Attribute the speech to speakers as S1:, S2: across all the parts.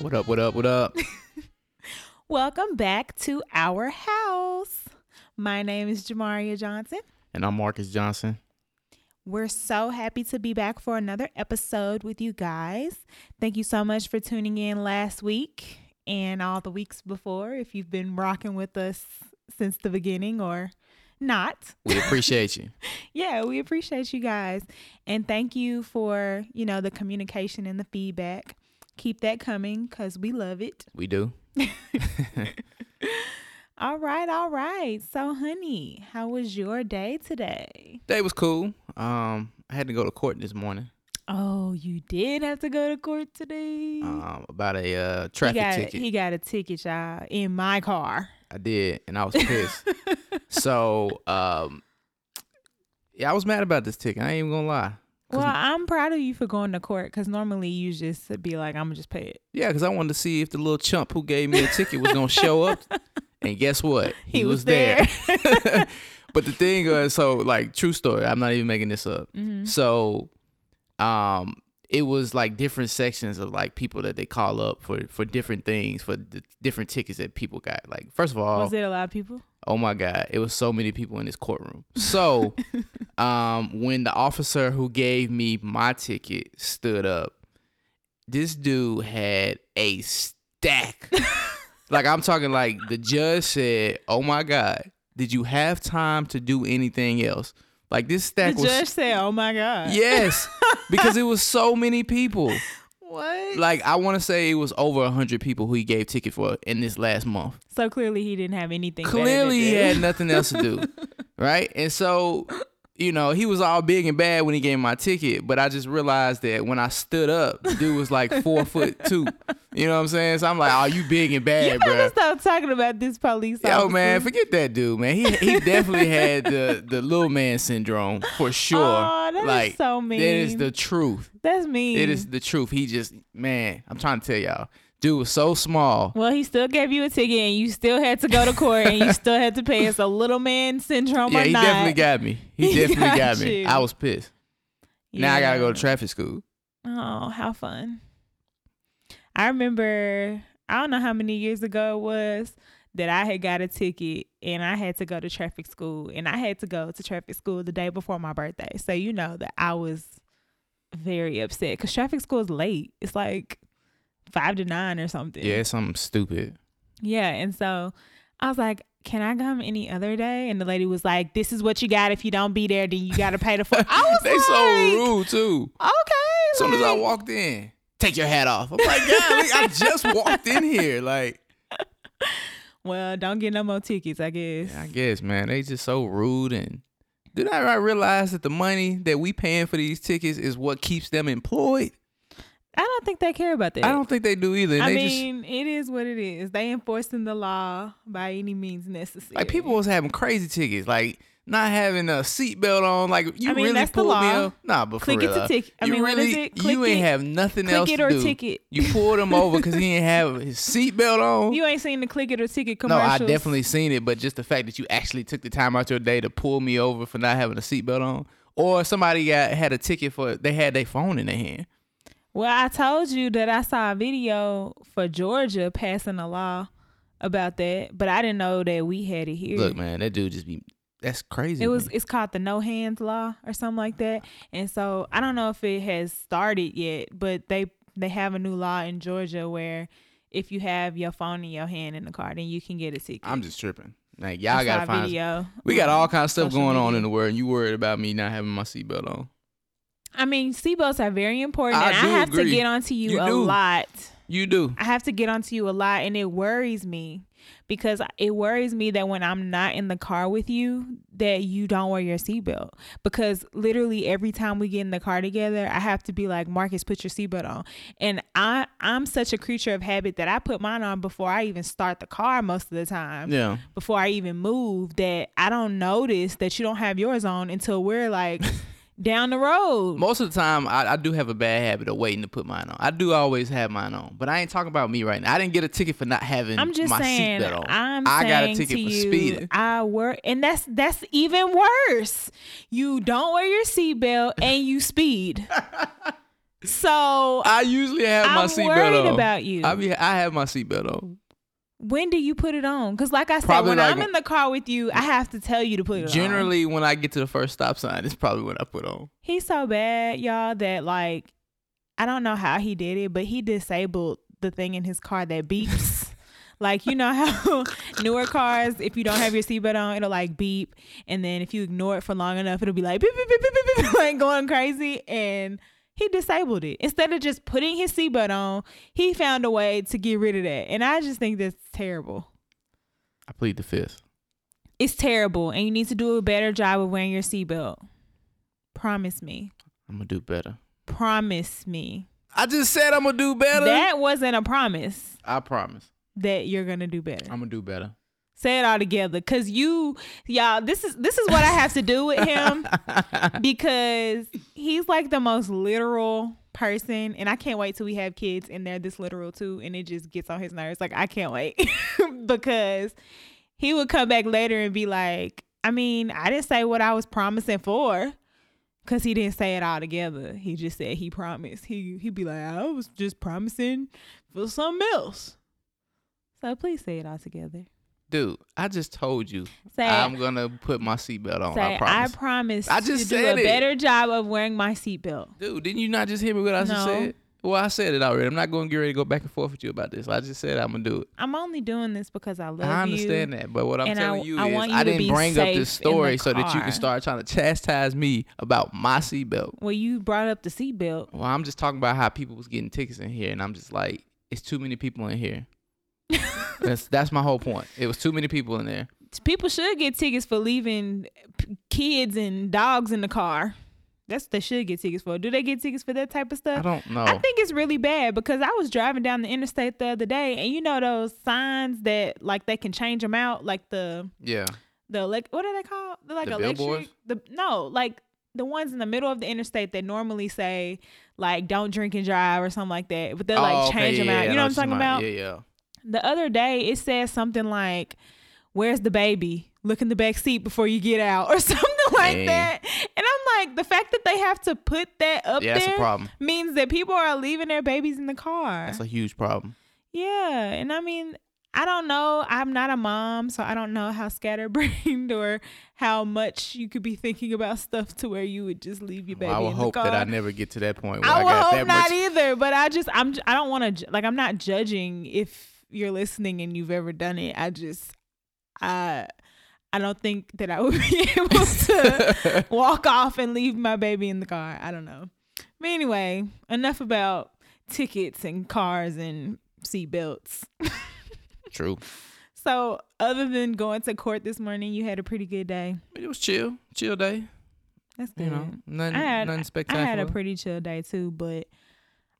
S1: What up? What up?
S2: Welcome back to our house. My name is Jamaria Johnson.
S1: and I'm Marcus Johnson.
S2: We're so happy to be back for another episode with you guys. Thank you so much for tuning in last week and all the weeks before if you've been rocking with us since the beginning or not.
S1: We appreciate you.
S2: Yeah, we appreciate you guys. And thank you for, you know, the communication and the feedback. Keep that coming cuz we love it.
S1: We do.
S2: All right, all right. So, honey, how was your day today?
S1: Day was cool. Um, I had to go to court this morning
S2: Oh, you did have to go to court today.
S1: um, about a uh,
S2: he
S1: traffic
S2: got
S1: ticket.
S2: he got a ticket, y'all, in my car.
S1: I did, and I was pissed. so, um, yeah, I was mad about this ticket. I ain't even gonna lie.
S2: Well, I'm proud of you for going to court because normally you just be like, "I'm gonna just pay it."
S1: Yeah, because I wanted to see if the little chump who gave me a ticket was gonna show up. And guess what? He, was, there. but the thing is, so like true story. I'm not even making this up.
S2: Mhm.
S1: So, um, it was like different sections of like people that they call up for for different things for the different tickets that people got. Like first of all,
S2: Was it a lot of people?
S1: oh my god, it was so many people in this courtroom. So, um, when the officer who gave me my ticket stood up, this dude had a stack. like I'm talking like the judge said, "Oh my god, did you have time to do anything else?" Like this
S2: The
S1: stack was
S2: judge said, "Oh my god."
S1: Yes, because it was so many people.
S2: What?
S1: Like I want to say it was over hundred people who he gave ticket for in this last month.
S2: so clearly he didn't have anything. better to
S1: Clearly, he
S2: do.
S1: had nothing else to do, right? And so, you know, he was all big and bad when he gave me my ticket. But I just realized that when I stood up, the dude was like four foot two. You know what I'm saying? So I'm like, oh, you big
S2: You
S1: and bad,
S2: gotta
S1: bro.
S2: stop talking about this police officer.
S1: Yo, man, forget that dude, man. He he definitely had the the little man syndrome for sure.
S2: Aw, that is
S1: like
S2: so
S1: that is
S2: mean.
S1: the truth.
S2: That's mean.
S1: It is the truth. He just man, I'm trying to tell y'all, dude was so small.
S2: Well, he still gave you a ticket, and you still had to go to court, and you still had to pay. It's a little man syndrome
S1: yeah,
S2: or
S1: he
S2: not.
S1: definitely got me. He,
S2: He
S1: definitely got,
S2: got
S1: me.
S2: you.
S1: I was pissed. Now I gotta go to
S2: Yeah.
S1: traffic school.
S2: Oh, how fun! I remember. I don't know how many years ago it was that I had got a ticket, and I had to go to traffic school, and I had to go to traffic school the day before my birthday. So you know that I was very upset because traffic school is late. It's like five to nine or something.
S1: Yeah, it's something stupid.
S2: Yeah. And so I was like, can I come any other day? And the lady was like, this is what you got. If you don't be there, then you got to pay the fine. I was
S1: they
S2: like,
S1: so rude too.
S2: Okay.
S1: As soon as I
S2: like,
S1: walked in, take your hat off. I'm like, God, like, I just walked in here. Like,
S2: Well, don't get no more tickets, I guess.
S1: I guess, man, they just so rude and. Did I not realize that the money that we paying for these tickets is what keeps them employed?
S2: I don't think they care about that.
S1: I don't think they do either. And
S2: I
S1: they just,
S2: mean, it is what it is. They enforcing the law by any means necessary.
S1: Like people was having crazy tickets, like not having a seatbelt on. Like you
S2: I mean,
S1: really
S2: that's the
S1: pulled me
S2: law.
S1: up. Nah, but
S2: Click
S1: for
S2: it
S1: real,
S2: to tick- I
S1: you
S2: mean, what
S1: really
S2: is it? Click
S1: you ain't
S2: it-
S1: have nothing
S2: click
S1: else
S2: it
S1: to
S2: or
S1: do.
S2: ticket.
S1: You pulled him over because he didn't have his seatbelt on.
S2: You ain't seen the click it or ticket
S1: no, I
S2: commercials.
S1: definitely seen it, but just the fact that you actually took the time out your day to pull me over for not having a seatbelt on, or somebody got had a ticket for they had their phone in their hand.
S2: Well, I told you that I saw a video for Georgia passing a law about that, but I didn't know that we had it here.
S1: Look, man, that dude just be that's crazy.
S2: It was
S1: man.
S2: it's called the no hands law or something like that. And so I don't know if it has started yet, but they they have a new law in Georgia where if you have your phone in your hand in the car, then you can get a ticket.
S1: I'm just tripping. Like y'all
S2: I
S1: gotta
S2: saw a
S1: find.
S2: video.
S1: We got
S2: on
S1: all kinds of stuff
S2: social
S1: going on
S2: media.
S1: in the world, and you worried about me not having my seatbelt on.
S2: I mean, seatbelts are very important,
S1: I
S2: and
S1: do
S2: I have
S1: agree.
S2: to get onto you,
S1: You
S2: a
S1: do.
S2: lot.
S1: You do.
S2: I have to get onto you a lot and it worries me because it worries me that when I'm not in the car with you that you don't wear your seatbelt because literally every time we get in the car together I have to be like Marcus put your seatbelt on and I I'm such a creature of habit that I put mine on before I even start the car most of the time
S1: Yeah.
S2: before I even move that I don't notice that you don't have yours on until we're like down the road
S1: Most of the time, I, I do have a bad habit of waiting to put mine on. I do always have mine on, but I ain't talking about me right now. I didn't get a ticket for not having
S2: I'm just
S1: my
S2: saying.
S1: seatbelt on.
S2: I'm
S1: I
S2: saying
S1: got a ticket
S2: to
S1: for
S2: you,
S1: speeding.
S2: I work, and that's that's even worse. You don't wear your seatbelt and you speed. So
S1: I usually have my
S2: I'm worried
S1: seatbelt on.
S2: about you.
S1: I mean, I have my seatbelt on.
S2: when do you put it on? Because like I said,
S1: Probably
S2: when
S1: like-
S2: I'm in the car with you, I have to tell you to put it on.
S1: Generally, when I get to the first stop sign, it's probably when I put on.
S2: he's so bad, y'all, that like I don't know how he did it, but he disabled the thing in his car that beeps. like you know how newer cars, if you don't have your seatbelt on, it'll like beep, and then if you ignore it for long enough, it'll be like beep beep beep beep beep, beep like going crazy and. He disabled it. Instead of just putting his seatbelt on, he found a way to get rid of that. And I just think that's terrible.
S1: I plead the fifth.
S2: It's terrible. And you need to do a better job of wearing your seatbelt. Promise me.
S1: I'm gonna do better.
S2: Promise me.
S1: I just said I'm gonna do better.
S2: That wasn't a promise
S1: I promise.
S2: that you're gonna do better.
S1: I'm gonna do better.
S2: Say it all together, cause you, y'all, this is this is what I have to do with him because he's like the most literal person, and I can't wait till we have kids and they're this literal too, and it just gets on his nerves. Like I can't wait because he would come back later and be like, I mean, I didn't say what I was promising for. Cause he didn't say it all together. He just said he promised. He he'd be like, I was just promising for something else. So please say it all together.
S1: Dude, I just told you
S2: Say
S1: I'm gonna put my seatbelt on.
S2: say
S1: I promise.
S2: I promise
S1: I just
S2: to do
S1: said
S2: a
S1: it.
S2: better job of wearing my seatbelt.
S1: Dude, didn't you not just hear me what I just
S2: No.
S1: said? Well, I said it already. I'm not gonna get ready to go back and forth with you about this. I just said I'm gonna do it.
S2: I'm only doing this because I love
S1: I understand
S2: you.
S1: that, but what I'm
S2: and I-
S1: telling you
S2: I
S1: is
S2: want you to
S1: I didn't
S2: be
S1: bring up this
S2: safe in the
S1: story so that
S2: car.
S1: you can start trying to chastise me about my seatbelt.
S2: Well, you brought up the seatbelt.
S1: Well, I'm just talking about how people was getting tickets in here, and I'm just like, it's too many people in here. that's that's my whole point. It was too many people in there.
S2: People should get tickets for leaving p- kids and dogs in the car. That's what they should get tickets for. Do they get tickets for that type of
S1: I
S2: stuff?
S1: don't know.
S2: I think it's really bad because I was driving down the interstate the other day, and you know those signs that like they can change them out, like the
S1: yeah.
S2: the elec- what are they called? They're like
S1: The
S2: electric.
S1: billboards?
S2: The no, like the ones in the middle of the interstate that normally say like "Don't drink and drive" or something like that, but they like
S1: Oh, okay,
S2: change them
S1: yeah,
S2: out.
S1: yeah,
S2: You
S1: I
S2: know what I'm
S1: you
S2: talking
S1: mean.
S2: about?
S1: Yeah, yeah.
S2: The other day, it said something like, "Where's the baby? Look in the back seat before you get out," or something like
S1: Dang.
S2: that. And I'm like, the fact that they have to put that up
S1: Yeah, that's a
S2: there
S1: problem.
S2: means that people are leaving their babies in the car.
S1: That's a huge problem.
S2: Yeah, and I mean, I don't know. I'm not a mom, so I don't know how scatterbrained or how much you could be thinking about stuff to where you would just leave your baby
S1: I would
S2: in
S1: hope
S2: the car.
S1: that I never get to that point where I,
S2: I,
S1: got
S2: would
S1: that
S2: hope not e-
S1: much.
S2: either, but I just I'm I don't want to like I'm not judging if you're listening and you've ever done it. I just I I don't think that I would be able to walk off and leave my baby in the car. I don't know. But anyway, enough about tickets and cars and seatbelts.
S1: True.
S2: So, other than going to court this morning, you had a pretty good day.
S1: It was chill, chill day.
S2: That's good.
S1: You know, nothing,
S2: I had-
S1: nothing
S2: I
S1: spectacular.
S2: had a pretty chill day too, but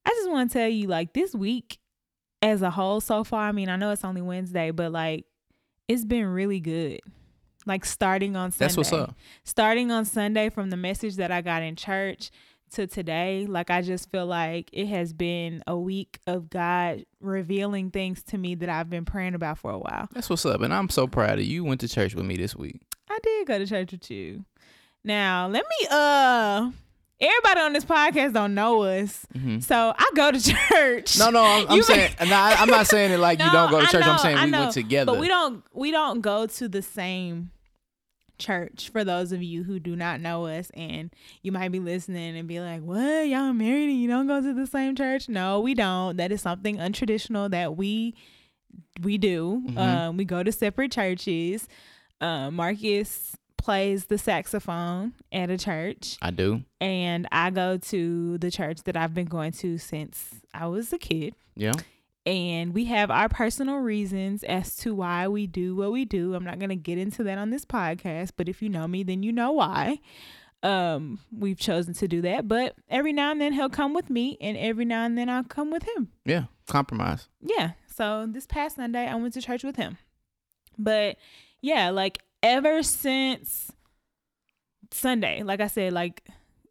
S2: I just want to tell you like this week as a whole so far, I mean, I know it's only Wednesday, but like it's been really good. Like starting on Sunday.
S1: That's what's up.
S2: starting on Sunday from the message that I got in church to today, like I just feel like it has been a week of God revealing things to me that I've been praying about for a while.
S1: That's what's up, and I'm so proud of you. You Went to church with me this week.
S2: I did go to church with you. Now, let me uh everybody on this podcast don't know us.
S1: Mhm.
S2: So I go to church.
S1: No, no, I'm, I'm
S2: You-
S1: saying, no, I, I'm not saying it like you don't go to
S2: I
S1: church. I'm
S2: know,
S1: saying
S2: I
S1: we
S2: know.
S1: went together.
S2: But we don't we don't go to the same church for those of you who do not know us and you might be listening and be like, What? Y'all married and you don't go to the same church? No, we don't. That is something untraditional that we we do.
S1: Mhm.
S2: Um, we go to separate churches. Uh, Marcus plays the saxophone at a church
S1: I do.
S2: and I go to the church that I've been going to since I was a kid
S1: Yeah.
S2: and we have our personal reasons as to why we do what we do. I'm not going to get into that on this podcast, but if you know me, then you know why. Um, we've chosen to do that, but every now and then he'll come with me, and every now and then I'll come with him.
S1: Yeah. Compromise.
S2: Yeah. So this past Sunday, I went to church with him. But yeah, like ever since Sunday, like I said, like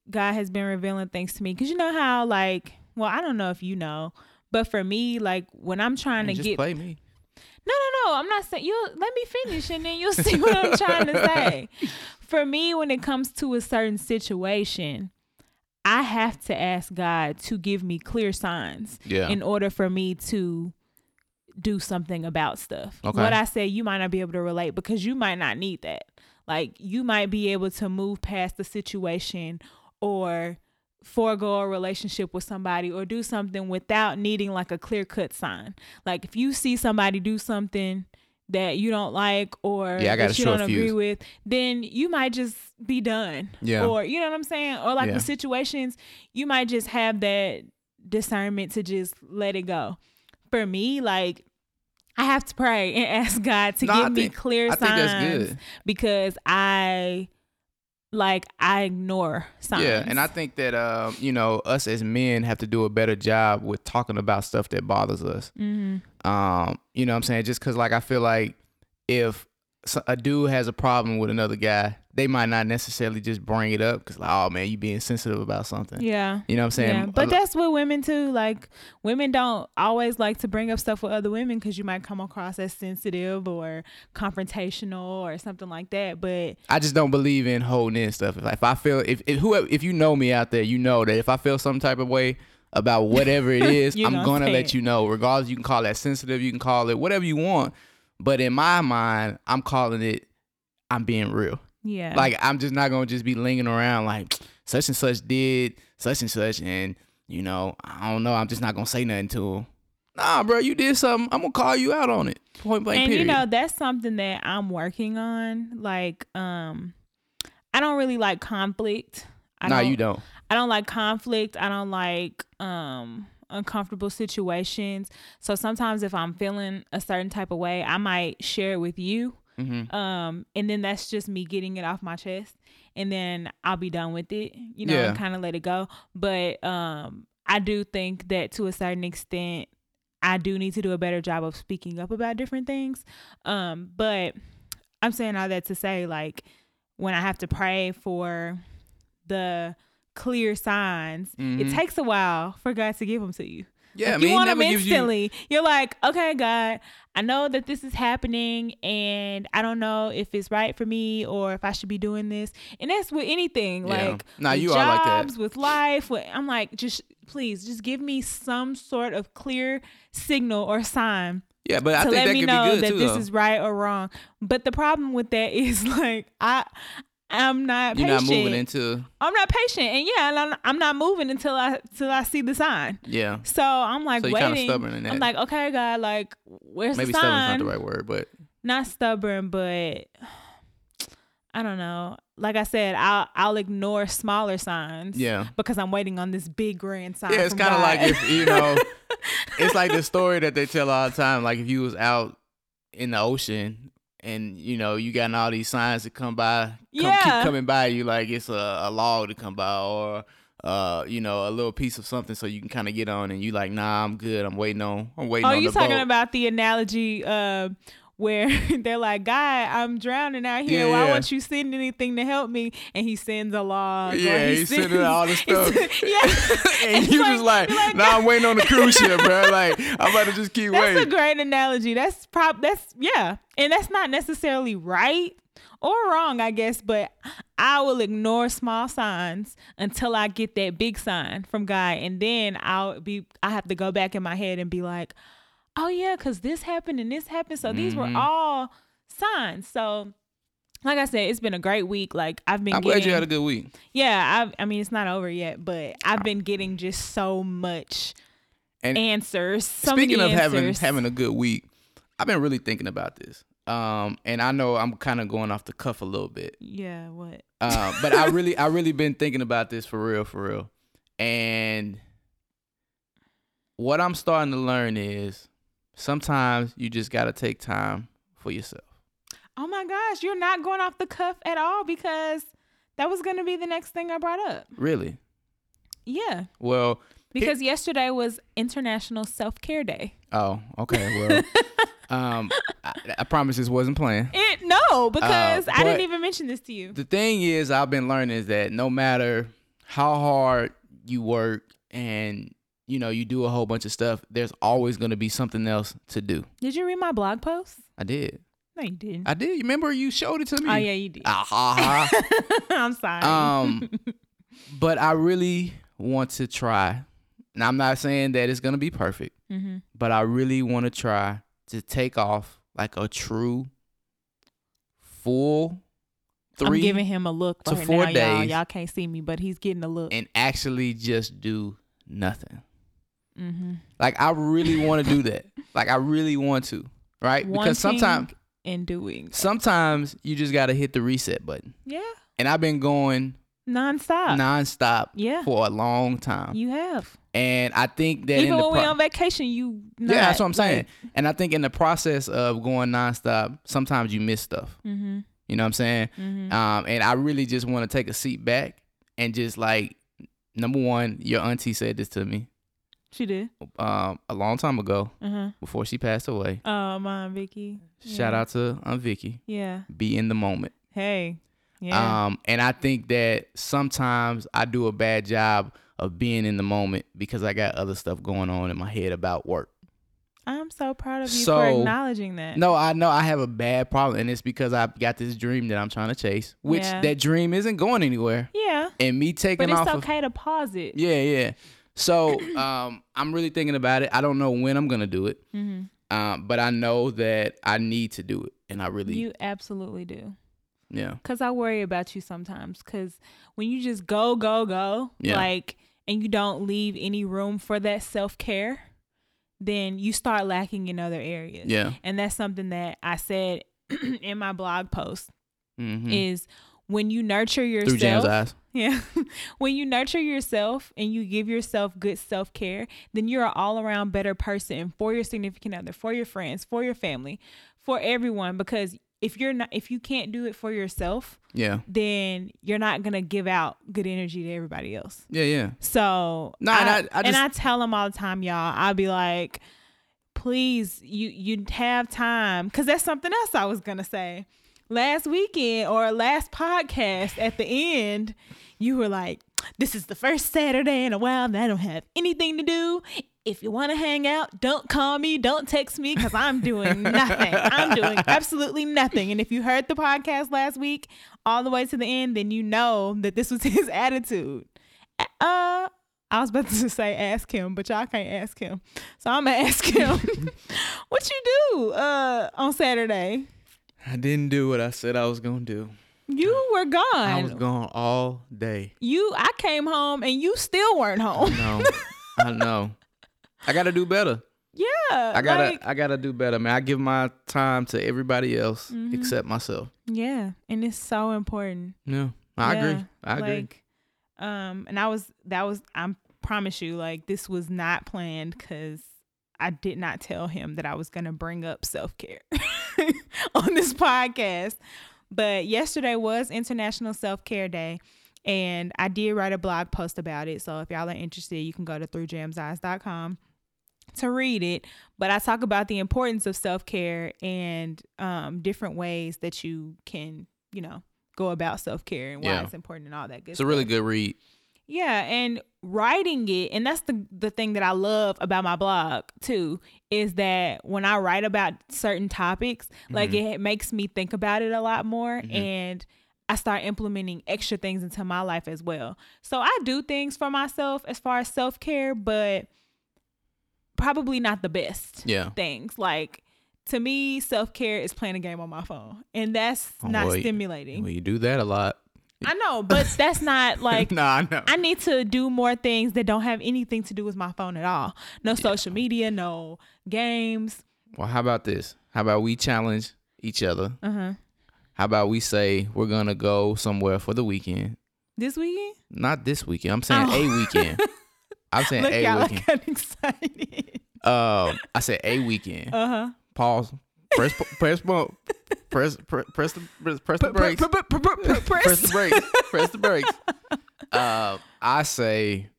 S2: God has been revealing things to me. Cause you know how, like, well, I don't know if you know, but for me, like when I'm trying to
S1: And just
S2: get
S1: play me.
S2: no, no, no. I'm not saying you let me finish and then you'll see what I'm trying to say. For me, when it comes to a certain situation, I have to ask God to give me clear signs
S1: Yeah.
S2: in order for me to do something about stuff.
S1: Okay.
S2: What I say, you might not be able to relate because you might not need that. Like you might be able to move past the situation or forego a relationship with somebody or do something without needing like a clear cut sign. Like if you see somebody do something that you don't like or
S1: Yeah, I got
S2: that
S1: a
S2: you
S1: short
S2: don't
S1: fuse.
S2: agree with, then you might just be done.
S1: Yeah.
S2: Or you know what I'm saying? Or like
S1: Yeah.
S2: with situations, you might just have that discernment to just let it go. For me, like I have to pray and ask God to
S1: No, I
S2: give me
S1: think-
S2: clear
S1: I
S2: signs
S1: think that's good.
S2: because I like I ignore signs.
S1: Yeah, and I think that um, you know us as men have to do a better job with talking about stuff that bothers us.
S2: Mhm.
S1: Um, you know what I'm saying? Just because like I feel like if so- a dude has a problem with another guy, they might not necessarily just bring it up because like, oh man, you being sensitive about something.
S2: yeah.
S1: You know what I'm saying?
S2: Yeah, but that's with women too. Like women don't always like to bring up stuff with other women because you might come across as sensitive or confrontational or something like that. But
S1: I just don't believe in holding in stuff. If, if I feel if, if whoever if you know me out there, you know that if I feel some type of way about whatever it is,
S2: You
S1: I'm
S2: gonna
S1: gonna
S2: say
S1: let
S2: it.
S1: you know. Regardless, you can call that sensitive, you can call it whatever you want. But in my mind, I'm calling it I'm being real.
S2: yeah,
S1: Like I'm just not gonna just be lingering around like such and such did such and such, and you know I don't know. I'm just not gonna say nothing to him. Nah, bro, you did something. I'm gonna call you out on it. Point blank.
S2: and
S1: period.
S2: you know that's something that i'm working on like um i don't really like conflict I
S1: nah,
S2: don't,
S1: you don't.
S2: i don't like conflict i don't like um uncomfortable situations so sometimes if i'm feeling a certain type of way i might share it with you
S1: hmm
S2: um and then that's just me getting it off my chest and then i'll be done with it you know
S1: Yeah.
S2: and kind of let it go but um i do think that to a certain extent i do need to do a better job of speaking up about different things um but i'm saying all that to say like when i have to pray for the clear signs it
S1: Mhm.
S2: takes a while for god to give them to you like,
S1: Yeah, I mean,
S2: you
S1: he
S2: want them
S1: never gives you.
S2: instantly. You... are like, okay, God, I know that this is happening, and I don't know if it's right for me or if I should be doing this. And that's with anything,
S1: Yeah.
S2: like
S1: Nah,
S2: with
S1: you are like that.
S2: jobs, with life. With, I'm like, just please, just give me some sort of clear signal or sign
S1: Yeah, but I
S2: to
S1: think
S2: let
S1: that
S2: me
S1: could
S2: know
S1: be good
S2: that
S1: too.
S2: this
S1: though.
S2: is right or wrong. But the problem with that is like, I. I'm not
S1: You're not
S2: patient.
S1: moving into
S2: I'm not patient, and yeah, and I'm- I'm not moving until I till I see the sign.
S1: yeah.
S2: So I'm like
S1: So you're kind of
S2: waiting.
S1: stubborn in that.
S2: I'm like, okay, God, like, where's
S1: Maybe
S2: the sign?
S1: stubborn's not the right word, but
S2: Not stubborn, but I don't know. Like I said, I'll I'll ignore smaller signs.
S1: yeah,
S2: Because I'm waiting on this big grand sign.
S1: yeah. It's
S2: kind of
S1: like if you know, it's like the story that they tell all the time. Like if you was out in the ocean and you know you gotten all these signs that come by, come,
S2: Yeah.
S1: keep coming by you, like it's a, a log to come by or. Uh, you know, a little piece of something so you can kind of get on, and you like, nah, I'm good. I'm waiting on. I'm waiting
S2: Oh,
S1: on
S2: you
S1: the
S2: talking
S1: boat.
S2: about the analogy uh, where they're like, God, I'm drowning out here.
S1: Yeah,
S2: Why
S1: yeah.
S2: won't you send anything to help me? And he sends a log. or
S1: Yeah,
S2: he
S1: he
S2: sends,
S1: sending all the
S2: he sends- yeah.
S1: and
S2: It's
S1: you
S2: like-
S1: just like,
S2: you're like,
S1: nah, I'm waiting on the cruise ship, bro. Like, I'm about to just keep
S2: That's
S1: waiting.
S2: a great analogy. That's prob that's yeah. And that's not necessarily right or wrong, I guess, but I will ignore small signs until I get that big sign from God and then I'll be I have to go back in my head and be like, "Oh yeah, cuz this happened and this happened." So these were
S1: Mhm.
S2: all signs. So like I said, it's been a great week. Like I've been
S1: I'm
S2: getting
S1: glad you had a good week.
S2: Yeah, I I mean it's not over yet, but I've been getting just so much
S1: And
S2: answers. So
S1: Speaking
S2: many
S1: of having
S2: answers.
S1: having a good week, I've been really thinking about this. Um, and I know I'm kind of going off the cuff a little bit,
S2: Yeah, what?
S1: uh, but I really, I really been thinking about this for real, for real. And what I'm starting to learn is sometimes you just gotta take time for yourself.
S2: Oh my gosh, you're not going off the cuff at all because that was going to be the next thing I brought up.
S1: Really.
S2: Yeah,
S1: Well,
S2: because yesterday was International Self Care Day.
S1: oh, okay. Well, um, I, I promise this wasn't playing.
S2: It no, because I
S1: Oh, but-
S2: didn't even mention this to you.
S1: the thing is I've been learning is that no matter how hard you work and you know you do a whole bunch of stuff, there's always going to be something else to do.
S2: Did you read my blog post?
S1: I did.
S2: No, you didn't.
S1: I did. You remember you showed it to me?
S2: oh yeah, you Oh, did.
S1: Ah, ha,
S2: I'm sorry.
S1: ha. Ah, Um but I really want to try. And I'm not saying that it's gonna be perfect,
S2: Mm-hmm.
S1: but I really want to try to take off like a true full
S2: I'm
S1: three
S2: giving him a look
S1: to
S2: right
S1: four
S2: now, y'all.
S1: days.
S2: Y'all can't see me, but he's getting a look.
S1: and actually just do nothing.
S2: mm-hmm.
S1: Like I really want to do that. Like I really want to, right? because sometimes
S2: and doing,
S1: sometimes you just got to hit the reset button.
S2: yeah,
S1: And I've been going
S2: nonstop.
S1: nonstop
S2: yeah,
S1: for a long time.
S2: you have.
S1: and I think that in
S2: Even
S1: the
S2: when
S1: pro-
S2: we on vacation, you not,
S1: Yeah, that's what I'm saying. And I think in the process of going nonstop, sometimes you miss stuff.
S2: mm-hmm,
S1: You know what I'm saying?
S2: mm-hmm,
S1: Um, and I really just want to take a seat back and just like number one, your auntie said this to me
S2: she did.
S1: um, a long time ago
S2: Uh
S1: before she passed away.
S2: huh. Oh, mom, Vicky.
S1: Shout
S2: Yeah.
S1: out to Aunt Vicky.
S2: Yeah.
S1: Be in the moment.
S2: Hey. Yeah.
S1: Um, and I think that sometimes I do a bad job of being in the moment because I got other stuff going on in my head about work.
S2: I'm so proud of you for
S1: so-
S2: acknowledging that.
S1: No, I know I have a bad problem, and it's because I've got this dream that I'm trying to chase, which
S2: Yeah.
S1: that dream isn't going anywhere.
S2: Yeah.
S1: And me taking
S2: But it's
S1: off, of,
S2: okay to pause it.
S1: yeah, yeah. So um, I'm really thinking about it. I don't know when I'm gonna do it,
S2: Mm-hmm.
S1: um, but I know that I need to do it, and I really,
S2: You absolutely do.
S1: yeah,
S2: Cause I worry about you sometimes. Cause when you just go, go, go,
S1: Yeah.
S2: like, and you don't leave any room for that self care, then you start lacking in other areas.
S1: yeah.
S2: And that's something that I said in my blog post
S1: Mm-hmm.
S2: is when you nurture
S1: Through James'
S2: yourself.
S1: eyes,
S2: Yeah. when you nurture yourself and you give yourself good self care, then you're an all around better person for your significant other, for your friends, for your family, for everyone. Because if you're not, if you can't do it for yourself,
S1: yeah,
S2: then you're not gonna give out good energy to everybody else.
S1: yeah, yeah.
S2: So
S1: No,
S2: I,
S1: and I- I
S2: and
S1: just-
S2: I tell them all the time, y'all. I'll be like, please, you you have time, because that's something else I was gonna say. Last weekend or last podcast at the end, you were like, "This is the first Saturday in a while that I don't have anything to do. If you want to hang out, don't call me, don't text me, because I'm doing nothing. I'm doing absolutely nothing." And if you heard the podcast last week all the way to the end, then you know that this was his attitude uh I was about to say ask him, but y'all can't ask him. So I'm gonna ask him what you do uh on Saturday.
S1: I didn't do what I said I was gonna do.
S2: You were gone.
S1: Uh, I was gone all day.
S2: you I came home and you still weren't home.
S1: No, I know. I gotta do better.
S2: yeah.
S1: I gotta
S2: like-
S1: I gotta do better, man. I give my time to everybody else
S2: Mhm.
S1: except myself.
S2: Yeah. And it's so important.
S1: Yeah. I
S2: Yeah,
S1: agree. I agree.
S2: Like, um, and I was that was I promise you, like this was not planned because I did not tell him that I was gonna bring up self care on this podcast. But yesterday was International Self Care Day, and I did write a blog post about it. So if y'all are interested, you can go to throughjamseyes.com to read it. But I talk about the importance of self care and um, different ways that you can, you know, go about self care and why
S1: Yeah.
S2: it's important and all that good.
S1: it's a really
S2: stuff.
S1: good read.
S2: Yeah, and writing it, and that's the the thing that I love about my blog too, is that when I write about certain topics, like
S1: Mm-hmm.
S2: it makes me think about it a lot more
S1: Mhm.
S2: and I start implementing extra things into my life as well. So I do things for myself as far as self-care, but probably not the best
S1: Yeah.
S2: things. Like to me, self-care is playing a game on my phone, and that's
S1: Oh,
S2: not
S1: well, you-
S2: stimulating.
S1: Well, you do that a lot.
S2: I know, but that's not like
S1: nah, I know.
S2: I need to do more things that don't have anything to do with my phone at all. No social media, no games.
S1: Well, how about this? How about we challenge each other?
S2: Uh huh.
S1: How about we say we're gonna go somewhere for the weekend?
S2: This weekend,
S1: Not this weekend. I'm saying a weekend. I'm saying
S2: Oh. look,
S1: a
S2: y'all,
S1: weekend.
S2: I got excited.
S1: Um, I said a weekend.
S2: Uh huh.
S1: Pause. Press press bump. Press press press the press, press the brakes. press the
S2: Press.
S1: brakes. Press the brakes. Uh, I say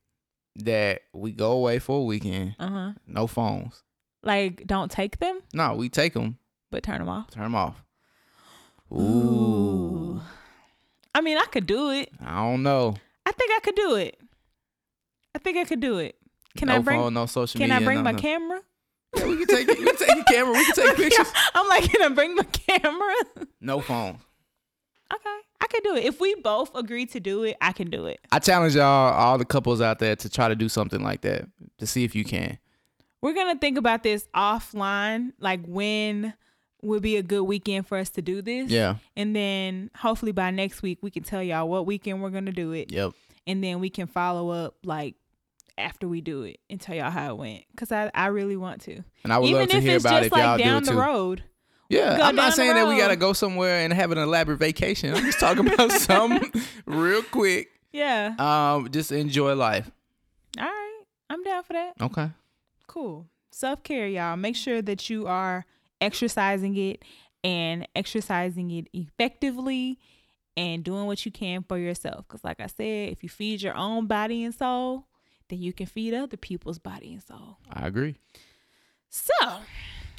S1: that we go away for a weekend.
S2: Uh huh.
S1: No phones.
S2: Like, don't take them,
S1: No, we take them.
S2: but turn them off.
S1: Turn them off. Ooh,
S2: I mean, I could do it.
S1: I don't know.
S2: I think I could do it. I think I could do it. Can
S1: no
S2: I bring?
S1: phone, no social
S2: can
S1: media.
S2: I bring
S1: no,
S2: my
S1: no.
S2: camera?
S1: Yeah, we can take it. We can take your camera. We can take pictures.
S2: I'm like, can I bring my camera?
S1: No phone.
S2: Okay, I can do it. If we both agree to do it, I can do it.
S1: I challenge y'all, all the couples out there, to try to do something like that to see if you can.
S2: We're gonna think about this offline, like when would be a good weekend for us to do this.
S1: Yeah.
S2: And then hopefully by next week we can tell y'all what weekend we're gonna do it.
S1: Yep.
S2: And then we can follow up like after we do it and tell y'all how it went. Cause I, I really want to.
S1: And I would
S2: Even
S1: love to
S2: if
S1: hear
S2: it's
S1: about
S2: just
S1: it if y'all
S2: like
S1: do
S2: down
S1: it
S2: the
S1: too.
S2: road.
S1: Yeah,
S2: go down
S1: I'm not
S2: the
S1: saying that we
S2: road.
S1: gotta go somewhere and have an elaborate vacation. I'm just talking about something real quick.
S2: Yeah.
S1: Um, just enjoy life.
S2: All right. I'm down for that.
S1: Okay.
S2: Cool. Self care, y'all. Make sure that you are exercising it and exercising it effectively and doing what you can for yourself. Because, like I said, if you feed your own body and soul, then you can feed other people's body and soul.
S1: I agree.
S2: So, all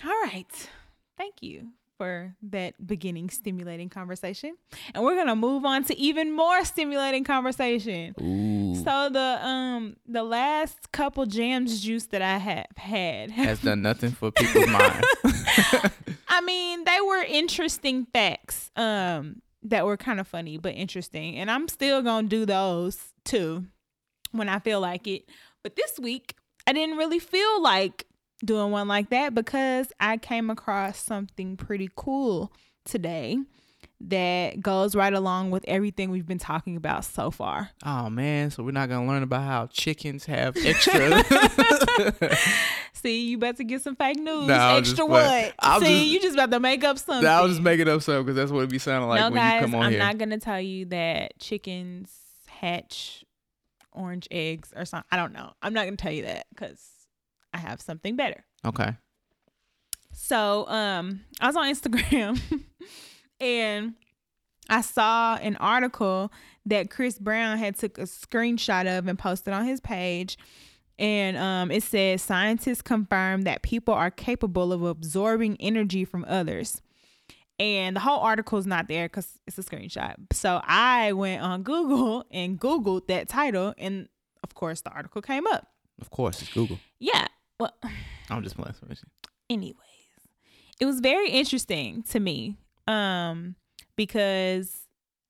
S2: right. Thank you for that beginning stimulating conversation. And we're going to move on to even more stimulating conversation.
S1: Ooh.
S2: So the um the last couple jams juice that I have had,
S1: Has done nothing for people's minds.
S2: I mean, they were interesting facts um that were kind of funny but interesting, and I'm still gonna do those too when I feel like it. But this week, I didn't really feel like doing one like that because I came across something pretty cool today that goes right along with everything we've been talking about so far.
S1: Oh man, so we're not gonna learn about how chickens have extra.
S2: See, you about to get some fake news.
S1: Nah, I'm just
S2: Extra
S1: playing.
S2: what?
S1: I'm
S2: See,
S1: just-
S2: you just about to make up something.
S1: I was just making up something because that's what it be sounding like
S2: no,
S1: when
S2: guys,
S1: you come on
S2: I'm
S1: here.
S2: not gonna tell you that chickens hatch orange eggs or something. I don't know. I'm not gonna tell you that because I have something better.
S1: Okay.
S2: So, um, I was on Instagram and I saw an article that Chris Brown had took a screenshot of and posted on his page. And um, it says scientists confirm that people are capable of absorbing energy from others. And the whole article is not there because it's a screenshot. So I went on Google and Googled that title. And of course, the article came up.
S1: Of course, it's Google.
S2: Yeah. Well,
S1: I'm just playing. with you.
S2: anyways it was very interesting to me um because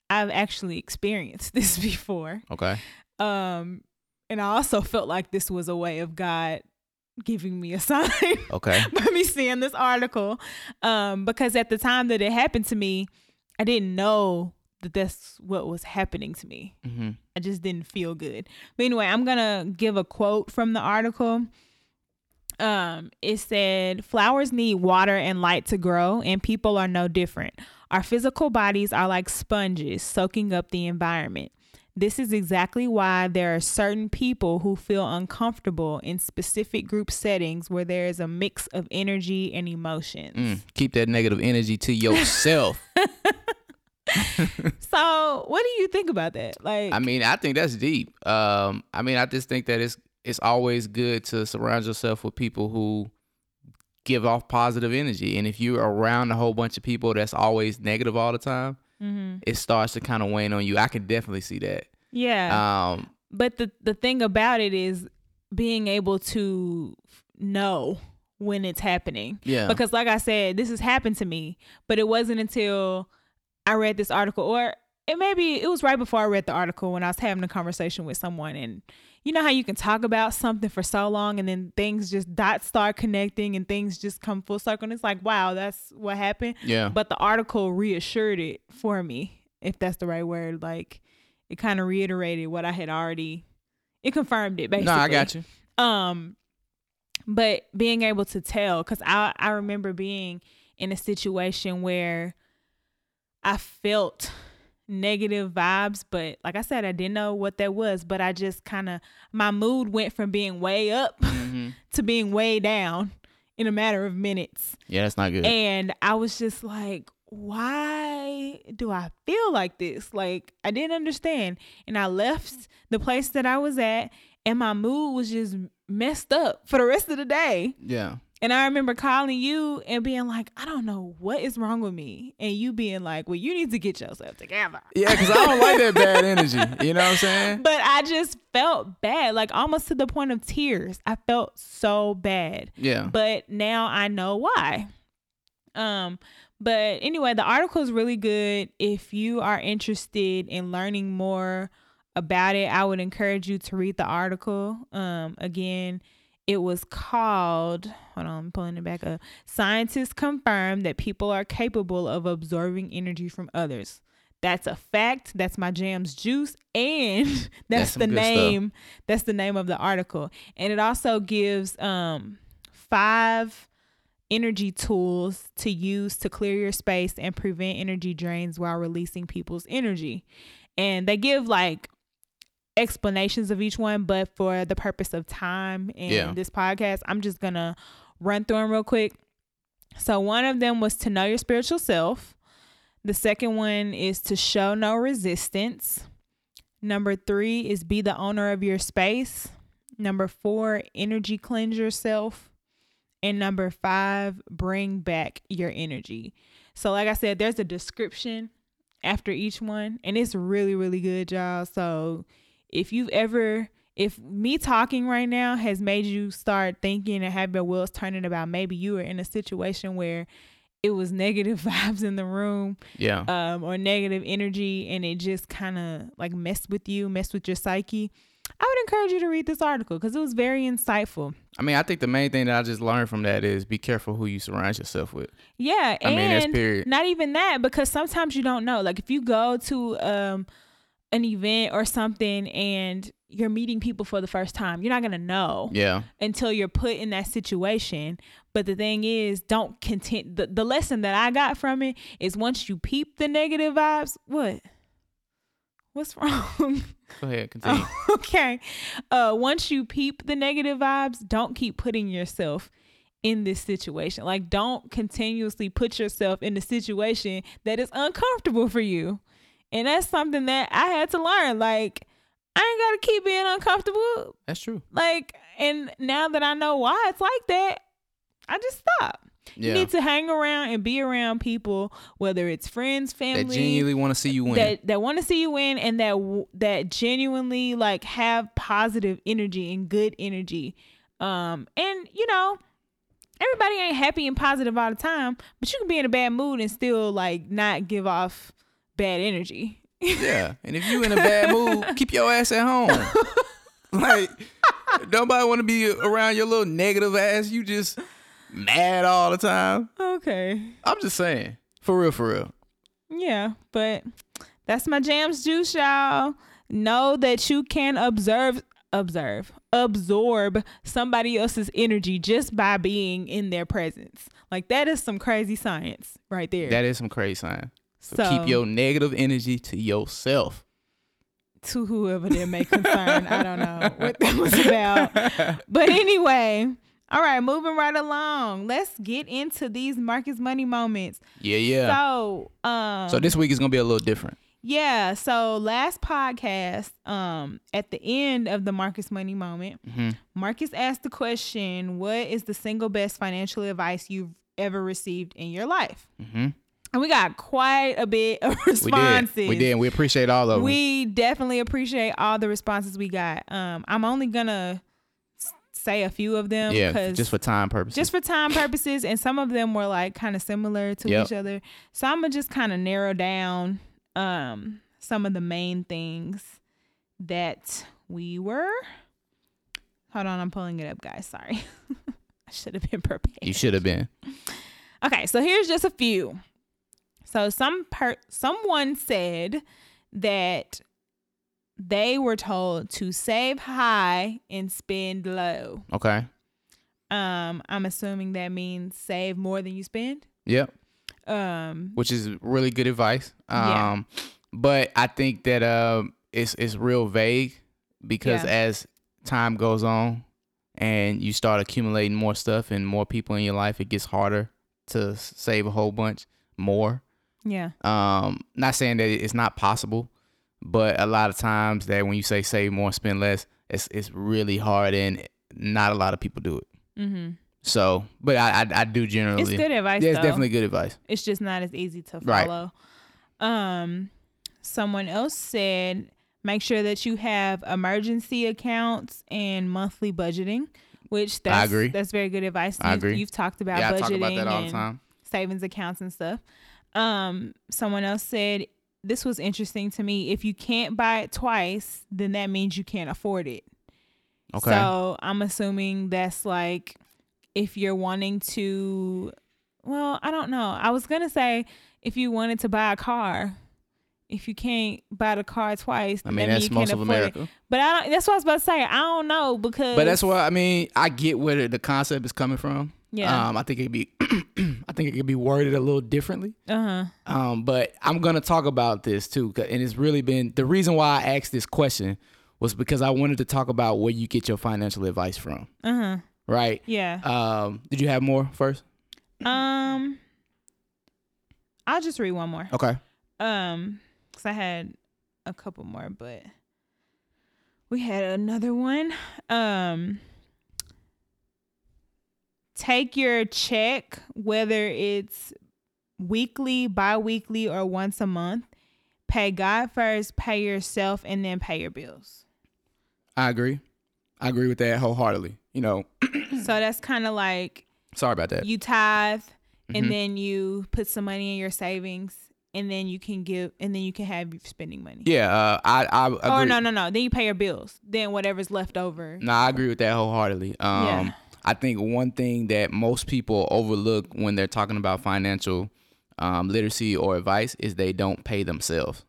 S2: i've actually experienced this before
S1: Okay.
S2: um and i also felt like this was a way of god giving me a sign
S1: Okay.
S2: by me seeing this article um because at the time that it happened to me i didn't know that that's what was happening to me
S1: Mm-hmm.
S2: I just didn't feel good. But anyway, I'm gonna give a quote from the article. Um, it said, "Flowers need water and light to grow, and people are no different. Our physical bodies are like sponges, soaking up the environment. This is exactly why there are certain people who feel uncomfortable in specific group settings where there is a mix of energy and emotions."
S1: Mm. Keep that negative energy to yourself.
S2: So, what do you think about that? Like,
S1: I mean, I think that's deep. Um, I mean, I just think that it's it's always good to surround yourself with people who give off positive energy. And if you're around a whole bunch of people that's always negative all the time,
S2: mhm.
S1: it starts to kind of wane on you. I can definitely see that.
S2: yeah.
S1: Um,
S2: But the the thing about it is being able to know when it's happening.
S1: yeah.
S2: Because like I said, this has happened to me, but it wasn't until I read this article or it maybe it was right before I read the article when I was having a conversation with someone and you know how you can talk about something for so long and then things just dots start connecting and things just come full circle and it's like, wow, that's what happened
S1: yeah.
S2: but the article reassured it for me if that's the right word like it kind of reiterated what i had already it confirmed it basically
S1: No, I got you.
S2: you um but being able to tell because i i remember being in a situation where i felt negative vibes but like i said i didn't know what that was but i just kind of my mood went from being way up
S1: hmm
S2: to being way down in a matter of minutes
S1: Yeah, that's not good.
S2: and I was just like, why do I feel like this? Like, I didn't understand. And I left the place that I was at, and my mood was just messed up for the rest of the day.
S1: yeah.
S2: And I remember calling you and being like, I don't know what is wrong with me. And you being like, well, you need to get yourself together.
S1: Yeah, because I don't like that bad energy. You know what I'm saying?
S2: But I just felt bad, like almost to the point of tears. I felt so bad.
S1: Yeah.
S2: but now I know why. Um, But anyway, the article is really good. If you are interested in learning more about it, I would encourage you to read the article. Um, again, it was called, hold on, I'm pulling it back up. Scientists confirm that people are capable of absorbing energy from others. That's a fact. That's my jam's juice. And that's,
S1: That's some
S2: the
S1: good stuff.
S2: name. That's the name of the article. And it also gives um five energy tools to use to clear your space and prevent energy drains while releasing people's energy. And they give like explanations of each one, but for the purpose of time and
S1: Yeah.
S2: this podcast, I'm just gonna run through them real quick. So one of them was to know your spiritual self. The second one is to show no resistance. Number three is be the owner of your space. Number four, energy cleanse yourself. And number five, bring back your energy. So, like I said, there's a description after each one, and it's really, really good, y'all. So, if you've ever, if me talking right now has made you start thinking and have your wheels turning about maybe you were in a situation where it was negative vibes in the room
S1: Yeah.
S2: um, or negative energy and it just kind of like messed with you, messed with your psyche, I would encourage you to read this article because it was very insightful.
S1: I mean, I think the main thing that I just learned from that is be careful who you surround yourself with.
S2: Yeah,
S1: I
S2: and
S1: mean, that's period.
S2: not even that because sometimes you don't know. Like if you go to um, an event or something and you're meeting people for the first time, you're not gonna know.
S1: Yeah.
S2: until you're put in that situation. But the thing is, don't content. The, the lesson that I got from it is once you peep the negative vibes, what? What's wrong?
S1: Go ahead, continue.
S2: okay. Uh, once you peep the negative vibes, don't keep putting yourself in this situation. Like, don't continuously put yourself in the situation that is uncomfortable for you. And that's something that I had to learn. Like, I ain't got to keep being uncomfortable
S1: That's true.
S2: like and now that i know why it's like that i just stop you
S1: Yeah.
S2: need to hang around and be around people whether it's friends
S1: That
S2: family
S1: genuinely want to see you win.
S2: that that want to see you win and that w- that genuinely like have positive energy and good energy um and you know everybody ain't happy and positive all the time but you can be in a bad mood and still like not give off bad energy
S1: yeah. And if you in a bad mood, keep your ass at home. like nobody want to be around your little negative ass. You just mad all the time.
S2: okay
S1: I'm just saying. For real, for real.
S2: Yeah, but that's my jams juice, y'all. Know that you can observe, observe, absorb somebody else's energy just by being in their presence. Like that is some crazy science right there.
S1: That is some crazy sign. So,
S2: so
S1: keep your negative energy to yourself.
S2: to whoever that may concern. I don't know what that was about. But anyway, all right, moving right along. Let's get into these Marcus Money moments.
S1: Yeah, yeah.
S2: So, um,
S1: So this week is gonna be a little different.
S2: Yeah. So last podcast, um, at the end of the Marcus Money moment,
S1: Mhm.
S2: Marcus asked the question, "What is the single best financial advice you've ever received in your life?"
S1: Mm-hmm.
S2: And we got quite a bit of
S1: We did.
S2: responses.
S1: We did. We appreciate all of them.
S2: We definitely appreciate all the responses we got. Um, I'm only gonna s- say a few of them.
S1: yeah,
S2: 'cause-
S1: just for time purposes.
S2: just for time purposes and some of them were like kind of similar to
S1: Yep.
S2: each other so i'm gonna just kind of narrow down um some of the main things that we were hold on i'm pulling it up guys sorry i should have been prepared
S1: you should have been.
S2: Okay, so here's just a few. So some per- someone said that they were told to save high and spend low.
S1: Okay.
S2: Um, I'm assuming that means save more than you spend.
S1: Yep.
S2: Um,
S1: Which is really good advice.
S2: Yeah.
S1: Um, but I think that um, it's it's real vague because
S2: Yeah.
S1: as time goes on and you start accumulating more stuff and more people in your life, it gets harder to s- save a whole bunch more.
S2: yeah,
S1: Um, not saying that it's not possible, but a lot of times that when you say save more, spend less, it's it's really hard and not a lot of people do it.
S2: mm-hmm.
S1: So, but I I, I do generally.
S2: it's good advice.
S1: Yeah, it's
S2: though.
S1: definitely good advice.
S2: It's just not as easy to
S1: Right.
S2: follow. Um, someone else said make sure that you have emergency accounts and monthly budgeting, which that's
S1: agree.
S2: that's very good advice.
S1: I
S2: You've-
S1: agree.
S2: You've talked about
S1: yeah, I
S2: budgeting
S1: talk about that all the
S2: and
S1: time.
S2: savings accounts and stuff. Um, someone else said this was interesting to me. If you can't buy it twice, then that means you can't afford it.
S1: Okay.
S2: So I'm assuming that's like if you're wanting to, well, I don't know. I was going to say if you wanted to buy a car, if you can't buy the car twice,
S1: I
S2: that
S1: mean,
S2: mean you
S1: that's
S2: can't
S1: most of
S2: afford it.
S1: America.
S2: But I don't, that's what I was about to say. I don't know because.
S1: But that's why I mean, I get where the- the concept is coming from.
S2: Yeah.
S1: Um, I think it'd be, I think it could be worded a little differently.
S2: uh huh.
S1: Um, but I'm gonna talk about this too, 'cause- and it's really been the reason why I asked this question was because I wanted to talk about where you get your financial advice from,
S2: Uh huh.
S1: right?
S2: Yeah.
S1: Um, did you have more first?
S2: Um, I'll just read one more.
S1: Okay.
S2: Um, because I had a couple more, but we had another one. Um, take your check, whether it's weekly, bi weekly, or once a month. Pay God first, pay yourself, and then pay your bills.
S1: I agree. I agree with that wholeheartedly. You know,
S2: so that's kind of like
S1: sorry about that.
S2: you tithe
S1: Mhm.
S2: and then you put some money in your savings and then you can give and then you can have your spending money.
S1: Yeah, uh, I I agree.
S2: Or Oh, no, no, no. Then you pay your bills. Then whatever's left over.
S1: No, I agree with that wholeheartedly. Um,
S2: Yeah.
S1: I think one thing that most people overlook when they're talking about financial um, literacy or advice is they don't pay themselves.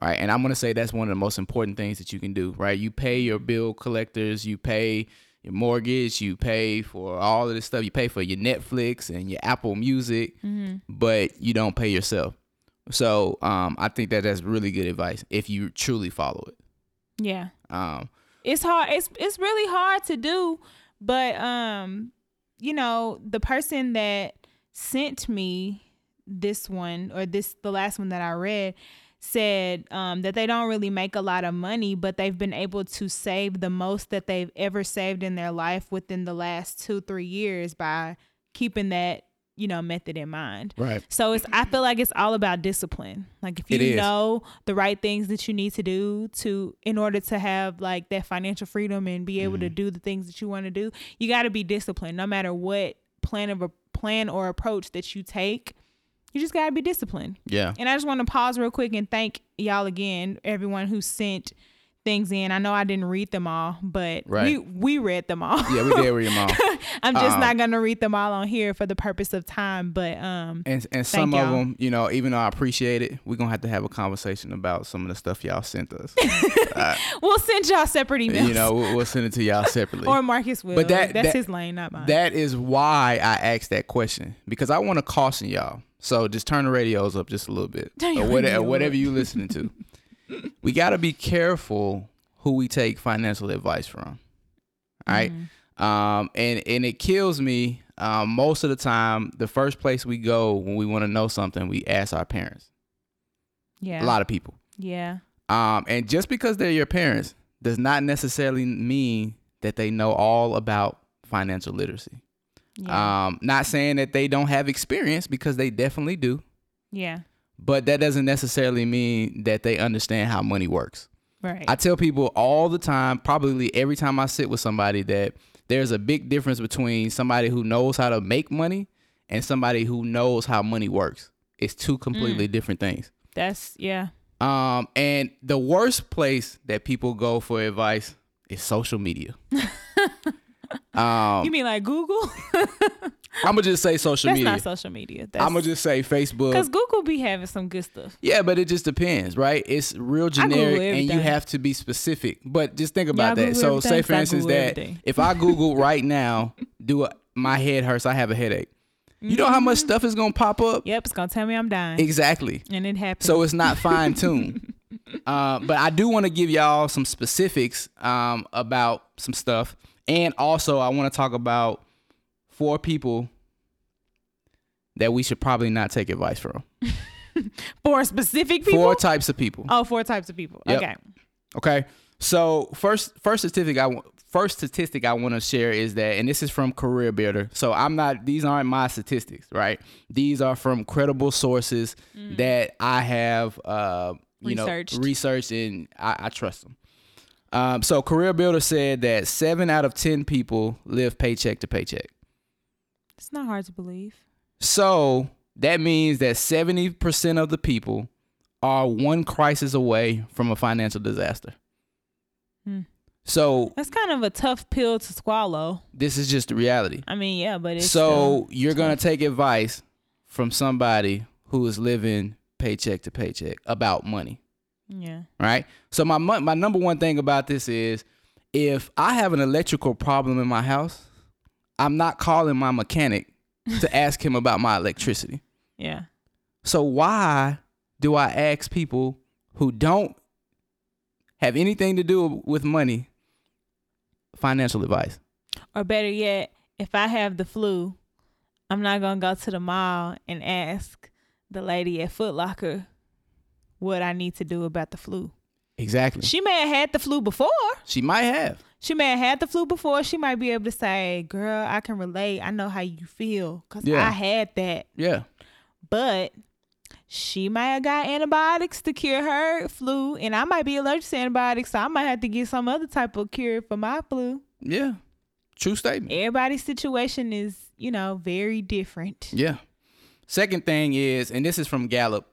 S1: All right. And I'm going to say that's one of the most important things that you can do, right? You pay your bill collectors, you pay your mortgage, you pay for all of this stuff, you pay for your Netflix and your Apple Music,
S2: Mm-hmm.
S1: but you don't pay yourself. So um, I think that that's really good advice if you truly follow it.
S2: Yeah.
S1: Um,
S2: It's hard. It's it's really hard to do, but um, you know, the person that sent me this one or this the last one that I read said um, that they don't really make a lot of money, but they've been able to save the most that they've ever saved in their life within the last two three years by keeping that you know method in mind.
S1: right.
S2: So it's I feel like it's all about discipline. Like if
S1: It
S2: you
S1: is.
S2: know the right things that you need to do to in order to have like that financial freedom and be able to
S1: Mm-hmm.
S2: do the things that you want to do, you got to be disciplined no matter what plan of a plan or approach that you take. You just got to be disciplined.
S1: Yeah.
S2: And I just want to pause real quick and thank y'all again, everyone who sent things in. I know I didn't read them all, but we
S1: Right.
S2: we read them all.
S1: Yeah, we did read them all.
S2: I'm just
S1: Um,
S2: not going to read them all on here for the purpose of time, but um
S1: And and some of
S2: y'all.
S1: them, you know, even though I appreciate it, we're gonna have to have a conversation about some of the stuff y'all sent us.
S2: We'll send y'all separate emails.
S1: you know, we'll, we'll send it to y'all separately.
S2: or Marcus will.
S1: But that-
S2: that's
S1: that-
S2: his lane, not mine.
S1: that is why I asked that question because I want to caution y'all. So just turn the radios up just a little bit,
S2: Turn your
S1: or whate- or
S2: radio
S1: whatever
S2: up.
S1: you listening to. we gotta be careful who we take financial advice from. All right?
S2: Mm-hmm.
S1: um, and and it kills me. Um, most of the time, the first place we go when we want to know something, we ask our parents.
S2: yeah,
S1: A lot of people.
S2: Yeah,
S1: Um, and just because they're your parents does not necessarily mean that they know all about financial literacy.
S2: yeah,
S1: Um, not saying that they don't have experience because they definitely do,
S2: yeah.
S1: but that doesn't necessarily mean that they understand how money works.
S2: Right.
S1: I tell people all the time, probably every time I sit with somebody, that there's a big difference between somebody who knows how to make money and somebody who knows how money works. It's two completely different things.
S2: that's yeah.
S1: Um, and the worst place that people go for advice is social media. um,
S2: You mean like Google?
S1: I'm gonna just say social
S2: that's
S1: media.
S2: not social media. That's
S1: I'm gonna just say
S2: because
S1: Facebook.
S2: Google be having some good stuff.
S1: Yeah, but it just depends, right? It's real
S2: Google
S1: generic, and you
S2: everything.
S1: have to be specific. But just think about
S2: Yeah, I
S1: that.
S2: Google
S1: So,
S2: everything,
S1: say for
S2: so I
S1: instance
S2: Google
S1: that
S2: everything.
S1: if I Google right now, do a, my head hurts? I have a headache. You know how much stuff is gonna pop up?
S2: Mm-hmm. Yep, it's gonna tell me I'm dying,
S1: Exactly.
S2: and it happens.
S1: so it's not fine tuned. uh, but I do want to give y'all some specifics um, about some stuff, and also I want to talk about four people that we should probably not take advice from.
S2: for specific people.
S1: Four types of people.
S2: oh, four types of people.
S1: Yep.
S2: Okay.
S1: Okay. So first, first statistic I wa- first statistic I want to share is that, and this is from Career Builder. So I'm not; these aren't my statistics, right? These are from credible sources that I have, uh, you
S2: Researched.
S1: know, researched, and I, I trust them. Um, so Career Builder said that seven out of ten people live paycheck to paycheck.
S2: It's not hard to believe.
S1: So that means that 70% of the people are one crisis away from a financial disaster.
S2: Hmm.
S1: So
S2: That's kind of a tough pill to swallow.
S1: this is just the reality.
S2: I mean, yeah, but it's
S1: so
S2: still-
S1: you're going to take advice from somebody who is living paycheck to paycheck about money,
S2: yeah,
S1: right? So my mon- my number one thing about this is if I have an electrical problem in my house, I'm not calling my mechanic to ask him about my electricity.
S2: yeah,
S1: So why do I ask people who don't have anything to do with money financial advice?
S2: or better yet, if I have the flu, I'm not gonna go to the mall and ask the lady at Foot Locker what I need to do about the flu.
S1: Exactly.
S2: She may have had the flu before.
S1: She might have.
S2: She may have had the flu before. She might be able to say, "Girl, I can relate. I know how you feel because
S1: Yeah.
S2: I had that."
S1: Yeah.
S2: but she might have got antibiotics to cure her flu, and I might be allergic to antibiotics, so I might have to get some other type of cure for my flu.
S1: Yeah. True statement.
S2: Everybody's situation is, you know, very different.
S1: Yeah. Second thing is, and this is from Gallup,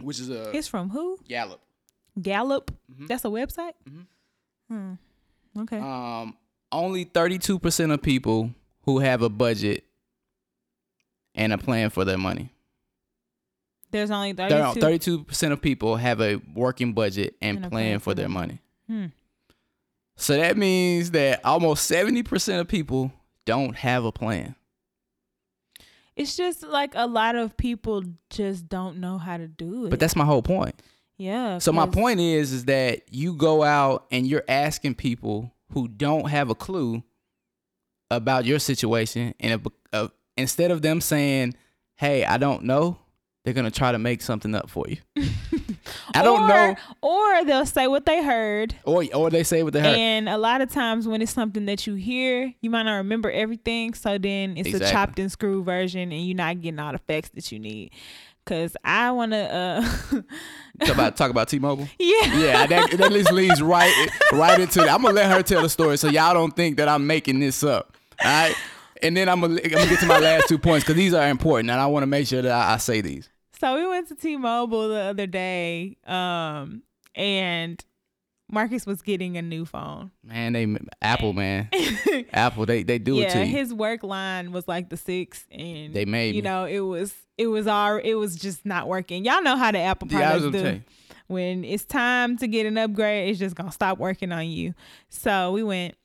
S1: which is a
S2: It's from who?
S1: Gallup.
S2: Gallup.
S1: Mhm.
S2: That's a website.
S1: Mhm.
S2: Hmm. Okay.
S1: Um, only 32% of people who have a budget and a plan for their money.
S2: There's only
S1: There
S2: thirty-two.
S1: are 32% of people have a working budget and,
S2: And a
S1: plan for their money.
S2: Hmm.
S1: So that means that almost 70% of people don't have a plan.
S2: It's just like a lot of people just don't know how to do it.
S1: But that's my whole point.
S2: yeah.
S1: So my
S2: 'cause-
S1: point is is that you go out and you're asking people who don't have a clue about your situation and if, uh, instead of them saying, "Hey, I don't know," they're going to try to make something up for you. I don't
S2: or,
S1: know
S2: Or they'll say what they heard.
S1: or or they say what they heard.
S2: And a lot of times when it's something that you hear, you might not remember everything. So then it's
S1: Exactly.
S2: a chopped and screwed version, and you're not getting all the facts that you need. Cause I wanna, uh,
S1: talk about talk about T-Mobile.
S2: yeah,
S1: Yeah, that that just leads right right into. I'm gonna let her tell the story, so y'all don't think that I'm making this up. All right, and then I'm gonna, I'm gonna get to my last two points because these are important, and I want to make sure that I, I say these.
S2: So we went to T-Mobile the other day, um, and Marcus was getting a new phone.
S1: Man, they Apple, man, Apple, they they do it
S2: yeah,
S1: to you.
S2: his work line was like the six, and
S1: They made me.
S2: you know it was it was all it was just not working. Y'all know how the Apple
S1: yeah, I was
S2: products
S1: gonna
S2: do.
S1: tell you.
S2: when it's time to get an upgrade, it's just gonna stop working on you. So we went,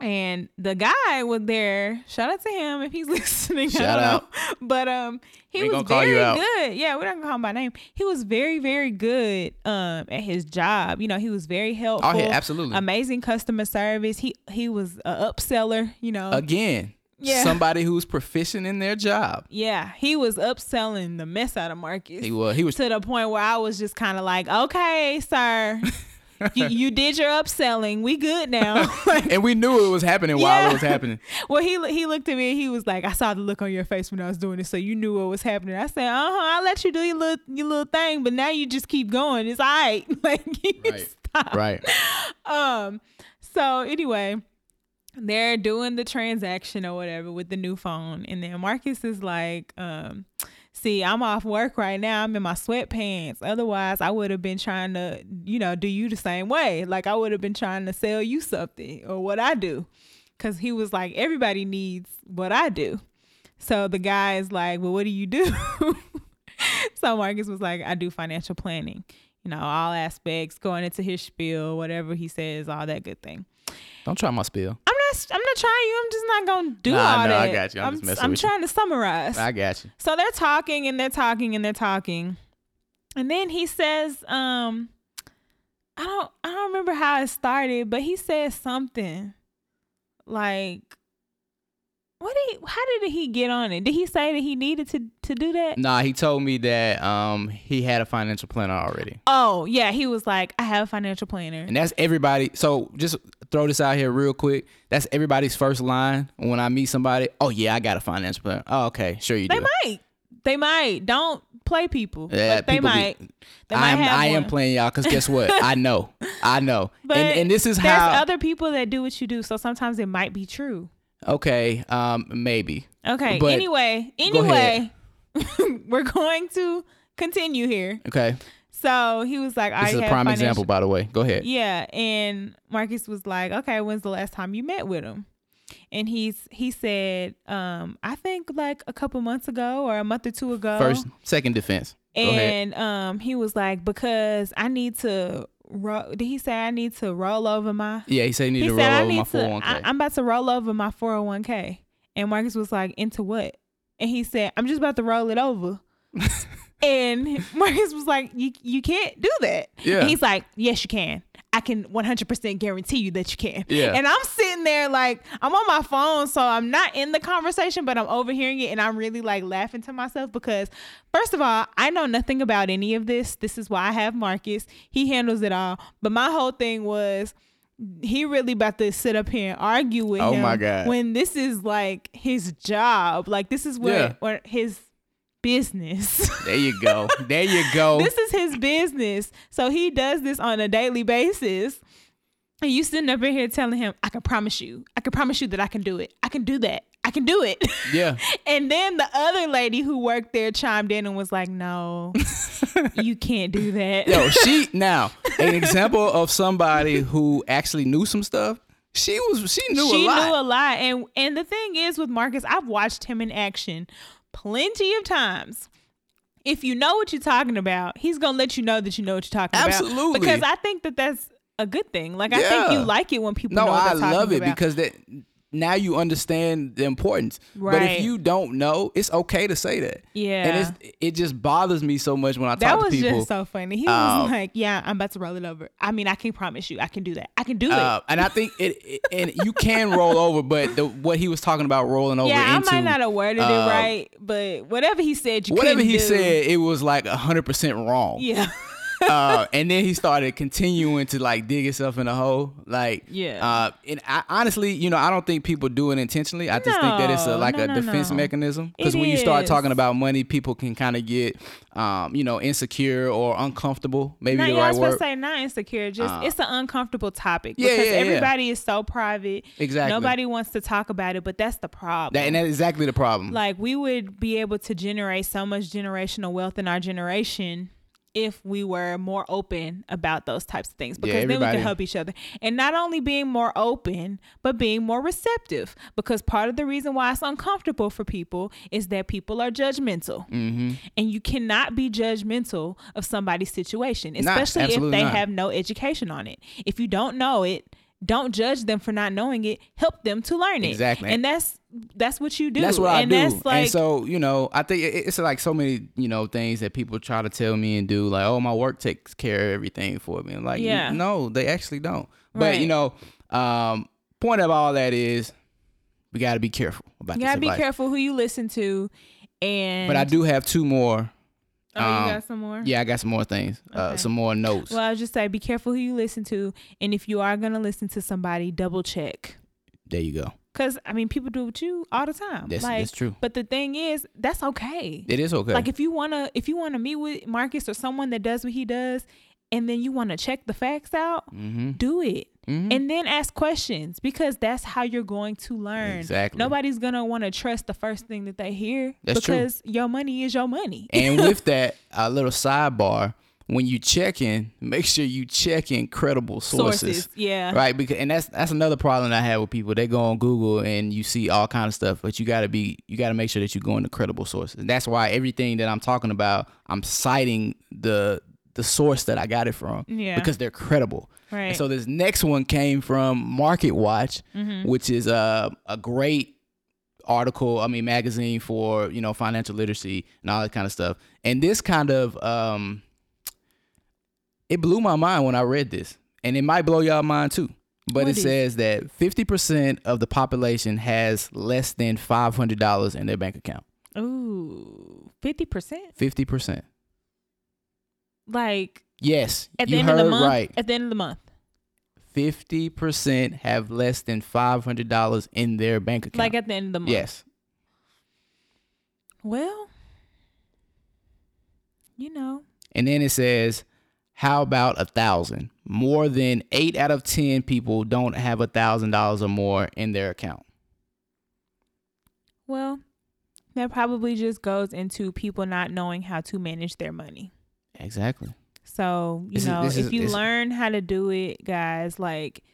S2: and the guy was there. Shout out to him if he's listening. I
S1: Shout
S2: don't
S1: out.
S2: know. but um, he
S1: We
S2: was
S1: gonna call you
S2: very
S1: out.
S2: good. Yeah, we're not gonna call him by name. He was very, very good um at his job. You know, he was very helpful.
S1: Oh yeah, absolutely.
S2: Amazing customer service. He he was a upseller. You know,
S1: Again,
S2: Yeah.
S1: somebody who's proficient in their job.
S2: yeah, he was upselling the mess out of Marcus.
S1: He was he was
S2: to the point where I was just kind of like, okay, sir, you, you did your upselling. We good now.
S1: and we knew it was happening while
S2: Yeah.
S1: it was happening.
S2: well, he lo- he looked at me and he was like, I saw the look on your face when I was doing it, so you knew what was happening. I said, uh huh, I let you do your little your little thing, but now you just keep going. It's all right. like, you
S1: Right.
S2: stop.
S1: Right.
S2: Um, so anyway, they're doing the transaction or whatever with the new phone, and then Marcus is like, um, see, I'm off work right now. I'm in my sweatpants. Otherwise, I would have been trying to, you know, do you the same way. Like I would have been trying to sell you something or what I do. Cause he was like, everybody needs what I do. So the guy is like, Well, what do you do? so Marcus was like, I do financial planning, you know, all aspects, going into his spiel, whatever he says, all that good thing.
S1: Don't try my spill.
S2: I'm not I'm not trying you, I'm just not gonna do
S1: Nah, I
S2: all
S1: know, I
S2: that.
S1: got you. I'm just messing
S2: I'm
S1: with you.
S2: trying to summarize.
S1: I got you.
S2: So they're talking and they're talking and they're talking. And then he says, um, I don't I don't remember how it started, but he said something like what did he, how did he get on it? Did he say that he needed to to do that?
S1: Nah, he told me that um he had a financial planner already.
S2: Oh, yeah, he was like, I have a financial planner.
S1: And that's everybody. So just throw this out here real quick. That's everybody's first line when I meet somebody. Oh yeah, I got a financial plan. Oh okay, sure you
S2: They
S1: do.
S2: might. They might. Don't play people.
S1: Yeah,
S2: Like, they
S1: people be-
S2: might. they
S1: I
S2: might
S1: am
S2: have
S1: I am
S2: one.
S1: playing y'all because guess what? I know, I know.
S2: But
S1: and and this is
S2: There's
S1: how.
S2: other people that do what you do, so sometimes it might be true.
S1: Okay, um, maybe.
S2: Okay.
S1: But-
S2: anyway,
S1: Go ahead.
S2: anyway, we're going to continue here.
S1: Okay,
S2: So he was like, "I
S1: this is a
S2: had
S1: prime
S2: financial-
S1: example, by the way. Go ahead.
S2: Yeah, and Marcus was like, "Okay, when's the last time you met with him?" And he's he said, um, "I think like a couple months ago or a month or two ago."
S1: First, second defense. go ahead.
S2: and um, he was like, "Because I need to." Ro- Did he say I need to roll over my?
S1: Yeah, he said he
S2: He
S1: needed to
S2: said I
S1: roll over my
S2: need to.
S1: 401k.
S2: I, I'm about to roll over my 401k. And Marcus was like, "Into what?" And he said, "I'm just about to roll it over." and Marcus was like, "You you can't do that."
S1: Yeah.
S2: And he's like, "Yes, you can. I can 100% guarantee you that you can."
S1: Yeah.
S2: And I'm sitting there like I'm on my phone, so I'm not in the conversation, but I'm overhearing it, and I'm really like laughing to myself because, first of all, I know nothing about any of this. This is why I have Marcus. He handles it all. But my whole thing was. He really about to sit up here and argue with
S1: Oh
S2: him
S1: my God.
S2: when this is like his job, like this is where,
S1: Yeah.
S2: where his business.
S1: there you go. There you go.
S2: this is his business. So he does this on a daily basis. And you sitting up in here telling him, I can promise you, I can promise you that I can do it. I can do that. I can do it.
S1: yeah.
S2: and then the other lady who worked there chimed in and was like, No, you can't do that.
S1: Yo, she now an example of somebody who actually knew some stuff. She was she knew
S2: she
S1: a lot.
S2: knew a lot. And and the thing is with Marcus, I've watched him in action plenty of times. If you know what you're talking about, he's gonna let you know that you know what you're talking
S1: Absolutely.
S2: about. Because I think that that's a good thing. Like I think
S1: Yeah.
S2: you like it when people
S1: no,
S2: know what
S1: I
S2: they're talking
S1: love it
S2: about.
S1: because that now you understand the importance. But
S2: Right.
S1: if you don't know, it's okay to say that.
S2: Yeah.
S1: And it's, it just bothers me so much when I
S2: that
S1: talk
S2: was
S1: to people.
S2: just so funny. He
S1: Um,
S2: was like, "Yeah, I'm about to roll it over. I mean, I can promise you, I can do that. I can do
S1: Uh, and I think it, it- and you can roll over, but the, what he was talking about rolling
S2: it."
S1: over
S2: Yeah,
S1: into
S2: I might not have worded
S1: um,
S2: it right, but whatever he said, you
S1: whatever
S2: couldn't
S1: he
S2: do.
S1: said, it was like hundred percent wrong.
S2: Yeah,
S1: uh, and then he started continuing to like dig himself in a hole. Like,
S2: Yeah.
S1: Uh, and I, honestly, you know, I don't think people do it intentionally. I just think that it's a,
S2: No,
S1: like
S2: no,
S1: a
S2: no,
S1: defense
S2: no.
S1: mechanism. Because
S2: It
S1: when you start
S2: is.
S1: talking about money, people can kind of get, um, you know, insecure or uncomfortable. Maybe
S2: Not,
S1: the
S2: yeah, I
S1: right
S2: was supposed
S1: word.
S2: to say not insecure. Just it's an uncomfortable topic
S1: Ah. Yeah,
S2: because
S1: yeah, yeah.
S2: everybody is so private.
S1: Exactly.
S2: Nobody wants to talk about it, but that's the problem.
S1: that, and that's exactly the problem.
S2: like we would be able to generate so much generational wealth in our generation if we were more open about those types of things because then we
S1: everybody-
S2: could help each other and not only being more open but being more receptive because part of the reason why it's uncomfortable for people is that people are judgmental
S1: Mm-hmm.
S2: and you cannot be judgmental of somebody's situation especially if
S1: absolutely
S2: they
S1: not.
S2: have no education on it if you don't know it don't judge them for not knowing it help them to learn it
S1: Exactly.
S2: and that's that's what you do
S1: That's what
S2: and
S1: I do.
S2: that's like
S1: and so, you know, I think it- it's like so many, you know, things that people try to tell me and do, like, oh, my work takes care of everything for me. I'm like,
S2: Yeah.
S1: no, they actually don't. But,
S2: Right.
S1: you know, um, point of all that is we got to be careful about
S2: you
S1: this
S2: gotta be
S1: advice.
S2: careful who you listen to and
S1: But I do have two more.
S2: oh
S1: um,
S2: you got some more
S1: Yeah, I got some more things, uh,
S2: Okay.
S1: some more notes.
S2: well i'll just say be careful who you listen to and if you are gonna listen to somebody double check
S1: there you go.
S2: because i mean people do it with you all the time
S1: That's-
S2: like
S1: that's true.
S2: but the thing is that's okay
S1: It is okay.
S2: like if you wanna if you wanna meet with marcus or someone that does what he does and then you wanna check the facts out
S1: mm-hmm.
S2: do it
S1: Mhm.
S2: and then ask questions because that's how you're going to learn
S1: Exactly.
S2: nobody's gonna want to trust the first thing that they hear
S1: That's true.
S2: because your money is your money
S1: And with that, a little sidebar. When you check in, make sure you check in credible sources.
S2: yeah
S1: right because and that's that's another problem i have with people they go on google and you see all kind of stuff but you got to be you got to make sure that you go into credible sources and that's why everything that i'm talking about i'm citing the the source that i got it from
S2: Yeah.
S1: because they're credible
S2: right
S1: and so this next one came from market watch
S2: Mm-hmm.
S1: which is a, a great article i mean magazine for you know financial literacy and all that kind of stuff and this kind of um it blew my mind when i read this and it might blow y'all mind too but
S2: What
S1: it
S2: is-
S1: says that 50% of the population has less than $500 in their bank account
S2: ooh 50%
S1: 50%
S2: like
S1: yes
S2: at the
S1: you
S2: end
S1: heard
S2: of the month
S1: right
S2: at the end of the month
S1: 50% have less than $500 in their bank account
S2: like at the end of the month
S1: yes
S2: well you know
S1: And then it says, how about a thousand? More than eight out of ten people don't have a thousand dollars or more in their account.
S2: Well, that probably just goes into people not knowing how to manage their money.
S1: Exactly.
S2: So, you
S1: This is-
S2: know,
S1: this
S2: if
S1: is-
S2: you
S1: this-
S2: learn how to do it, guys, like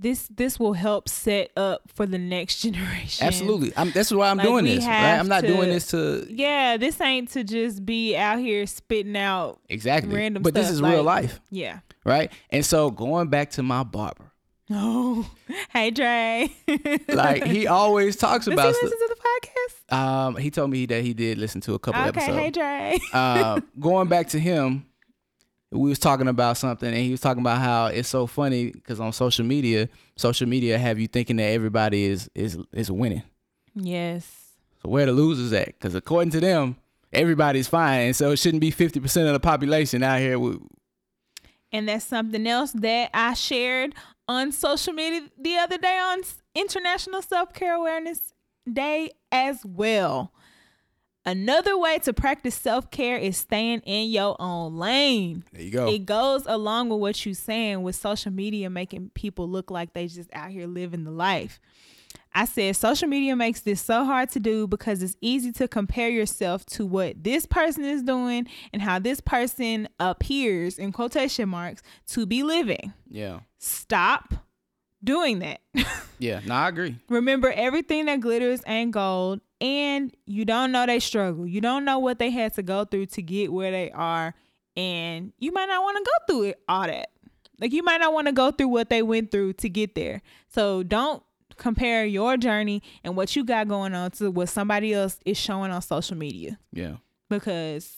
S2: this this will help set up for the next generation.
S1: Absolutely. I'm, that's why I'm
S2: Like,
S1: doing
S2: we
S1: this. Right?
S2: have
S1: I'm not doing
S2: to-
S1: this to
S2: Yeah, this ain't to just be out here spitting out.
S1: exactly.
S2: Random
S1: but this
S2: stuff,
S1: is real
S2: like-
S1: life,
S2: Yeah.
S1: right? And so going back to my barber,
S2: Oh, hey Dre.
S1: like he always talks
S2: Does he
S1: about.
S2: listen
S1: stuff.
S2: to the podcast?
S1: um, he told me that he did listen to a couple
S2: okay,
S1: episodes.
S2: hey Dre.
S1: uh, going back to him, we was talking about something, and he was talking about how it's so funny because on social media, social media have you thinking that everybody is is is winning.
S2: yes.
S1: So where the losers at? Because according to them, everybody's fine, and so it shouldn't be fifty percent of the population out here. With,
S2: And that's something else that I shared on social media the other day on S- International Self Care Awareness Day as well. Another way to practice self care is staying in your own lane.
S1: there you go.
S2: It goes along with what you're saying with social media making people look like they just out here living the life. I said social media makes this so hard to do because it's easy to compare yourself to what this person is doing and how this person appears in quotation marks to be living.
S1: yeah,
S2: Stop doing that.
S1: yeah. No, I agree.
S2: Remember, everything that glitters ain't gold, and you don't know they struggle. You don't know what they had to go through to get where they are, and you might not want to go through it, all that. Like you might not want to go through what they went through to get there. So don't compare your journey and what you got going on to what somebody else is showing on social media
S1: Yeah,
S2: because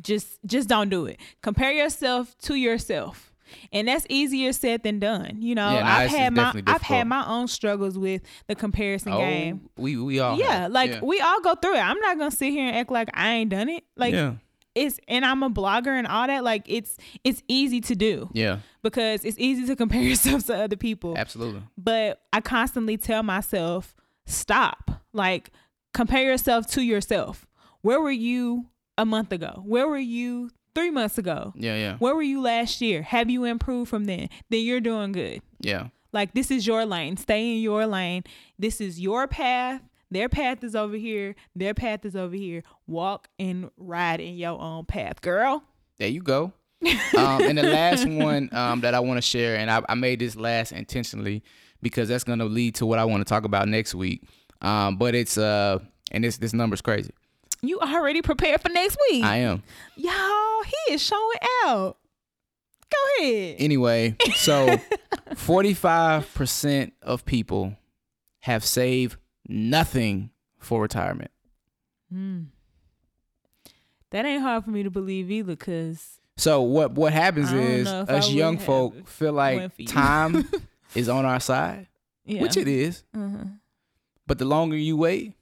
S2: just just don't do it. Compare yourself to yourself. And that's easier said than done. You know,
S1: Yeah, no,
S2: I've
S1: it's-
S2: had
S1: it's
S2: my
S1: definitely
S2: I've had
S1: difficult.
S2: my own struggles with the comparison game.
S1: Oh, we we all
S2: Yeah, like
S1: yeah.
S2: we all go through it. I'm not gonna sit here and act like I ain't done it. Like
S1: yeah,
S2: it's and I'm a blogger and all that. Like it's it's easy to do
S1: yeah,
S2: because it's easy to compare yourself to other people
S1: absolutely.
S2: but I constantly tell myself, stop. Like, compare yourself to yourself. Where were you a month ago? Where were you three months ago?
S1: Yeah, yeah,
S2: Where were you last year? Have you improved from then? Then you're doing good.
S1: yeah,
S2: Like, this is your lane. Stay in your lane. This is your path. Their path is over here. Their path is over here. Walk and ride in your own path, girl.
S1: There you go. um, and the last one um, that I want to share, and I, I made this last intentionally because that's going to lead to what I want to talk about next week. Um, but it's uh, and this this number's crazy.
S2: You already prepared for next week.
S1: I am
S2: Y'all, he is showing out. Go ahead.
S1: anyway. So, forty five percent of people have saved nothing for retirement.
S2: Mm. That ain't hard for me to believe either, cause
S1: So what what happens
S2: I don't
S1: is
S2: know if I
S1: us
S2: would
S1: young
S2: have
S1: folk feel
S2: went
S1: like
S2: for you.
S1: time is on our side,
S2: yeah,
S1: which it is.
S2: uh-huh.
S1: But the longer you wait,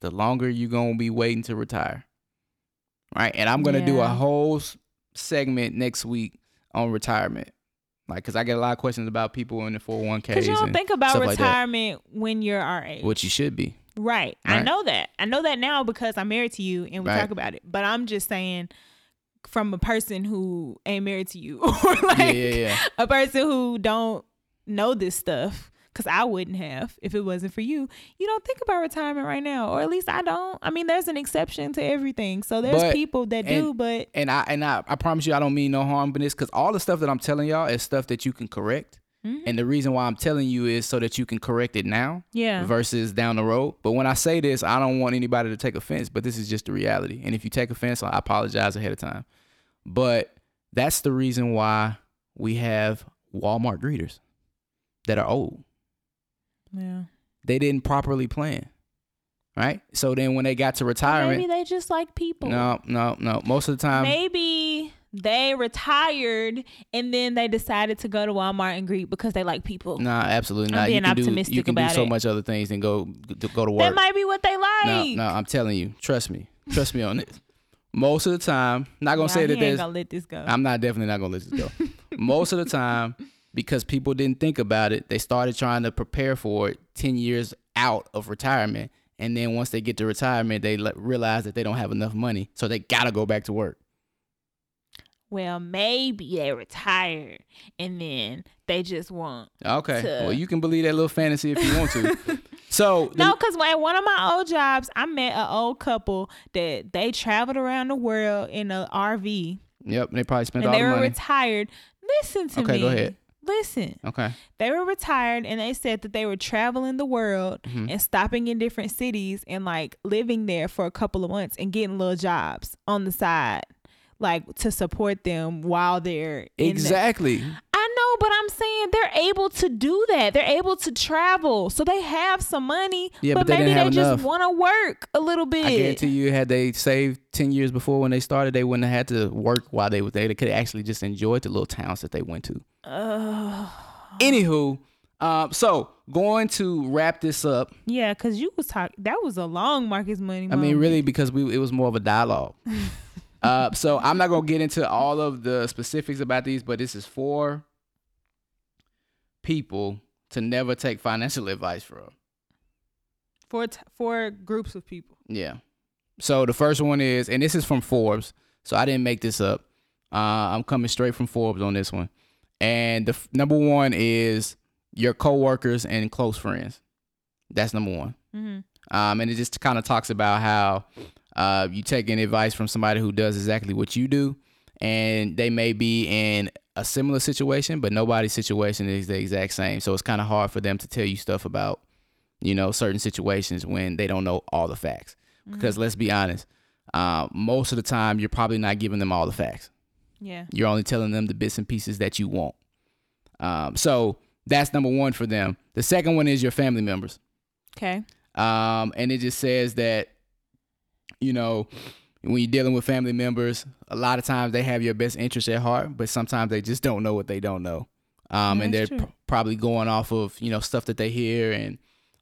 S1: the longer you're going to be waiting to retire. Right? And I'm going to do a
S2: Yeah.
S1: whole s- segment next week on retirement. Like cuz I get a lot of questions about people in the 401k.
S2: cause you don't think about
S1: stuff like that.
S2: retirement when you're our age,
S1: what you should be.
S2: right? I
S1: Right.
S2: know that. I know that now because I'm married to you and we
S1: Right.
S2: talk about it. But I'm just saying, from a person who ain't married to you, or like
S1: yeah, yeah, yeah.
S2: a person who don't know this stuff. Cause I wouldn't have if it wasn't for you. You don't think about retirement right now, or at least I don't. I mean, there's an exception to everything. So there's
S1: But-
S2: people that do, but
S1: And I and I, I promise you I don't mean no harm in this cuz all the stuff that I'm telling y'all is stuff that you can correct.
S2: Mhm.
S1: And the reason why I'm telling you is so that you can correct it now.
S2: yeah,
S1: versus down the road. But when I say this, I don't want anybody to take offense, but this is just the reality. And if you take offense, I apologize ahead of time. But that's the reason why we have Walmart greeters that are old.
S2: yeah.
S1: They didn't properly plan. Right? So then when they got to
S2: Maybe
S1: retirement,
S2: they just like people.
S1: no, um, no, no. Most of the time,
S2: Maybe they retired and then they decided to go to Walmart and greet because they like people.
S1: nah, absolutely not.
S2: being
S1: you can
S2: optimistic
S1: do you can
S2: about
S1: do so
S2: it.
S1: much other things than go go to work.
S2: that might be what they
S1: no,
S2: like.
S1: no, I'm telling you. Trust me. Trust me on this. Most of the time, not gonna
S2: Nah,
S1: say
S2: he
S1: that
S2: ain't
S1: there's
S2: gonna let this go.
S1: I'm not definitely not gonna let this go. Most of the time, because people didn't think about it, they started trying to prepare for it ten years out of retirement, and then once they get to retirement, they le- realize that they don't have enough money, so they gotta go back to work.
S2: well, maybe they retired and then they just want.
S1: Okay,
S2: To-
S1: well you can believe that little fantasy if you want to. So the-
S2: No, because at one of my old jobs, I met an old couple that they traveled around the world in an RV
S1: yep, they probably spent
S2: and
S1: all
S2: they
S1: the
S2: were
S1: money.
S2: retired. Listen to me.
S1: Okay, go ahead.
S2: Listen,
S1: okay.
S2: they were retired and they said that they were traveling the world
S1: Mm-hmm.
S2: and stopping in different cities and like living there for a couple of months and getting little jobs on the side, like to support them while they're in the-
S1: Exactly.
S2: I know, but I'm saying they're able to do that. They're able to travel, so they have some money.
S1: Yeah,
S2: but,
S1: but they
S2: maybe
S1: didn't have
S2: they just
S1: enough.
S2: want to work a little bit.
S1: I guarantee you, had they saved ten years before when they started, they wouldn't have had to work while they were there. They could have actually just enjoyed the little towns that they went to.
S2: Ugh.
S1: Anywho, uh, so going to wrap this up.
S2: yeah, because you was talking. That was a long Marcus Money.
S1: I mean,
S2: moment.
S1: really, because we it was more of a dialogue. uh, so I'm not gonna get into all of the specifics about these, but this is for people to never take financial advice from.
S2: four t- four groups of people.
S1: Yeah. So the first one is, and this is from Forbes, so I didn't make this up. Uh, I'm coming straight from Forbes on this one. And the f- number one is your coworkers and close friends. That's number one.
S2: Mm-hmm.
S1: Um, and it just kind of talks about how uh, you taking advice from somebody who does exactly what you do, and they may be in a similar situation, but nobody's situation is the exact same. So it's kind of hard for them to tell you stuff about, you know, certain situations when they don't know all the facts. Because let's be honest, uh, most of the time you're probably not giving them all the facts.
S2: Yeah.
S1: You're only telling them the bits and pieces that you want. Um, so that's number one for them. The second one is your family members.
S2: Okay.
S1: Um, and it just says that, you know, when you're dealing with family members, a lot of times they have your best interest at heart, but sometimes they just don't know what they don't know. Um, and they're
S2: That's true.
S1: pr- probably going off of, you know, stuff that they hear and,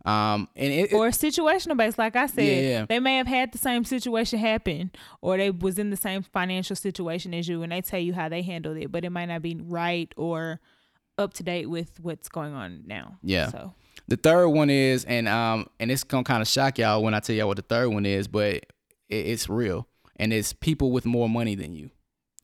S1: um, and it, it-
S2: Or situational based, like I said,
S1: Yeah, yeah.
S2: they may have had the same situation happen, or they was in the same financial situation as you, and they tell you how they handled it, but it might not be right or up to date with what's going on now.
S1: Yeah.
S2: So
S1: the third one is, and, um, and it's going to kind of shock y'all when I tell y'all what the third one is, but it, it's real. And it's people with more money than you.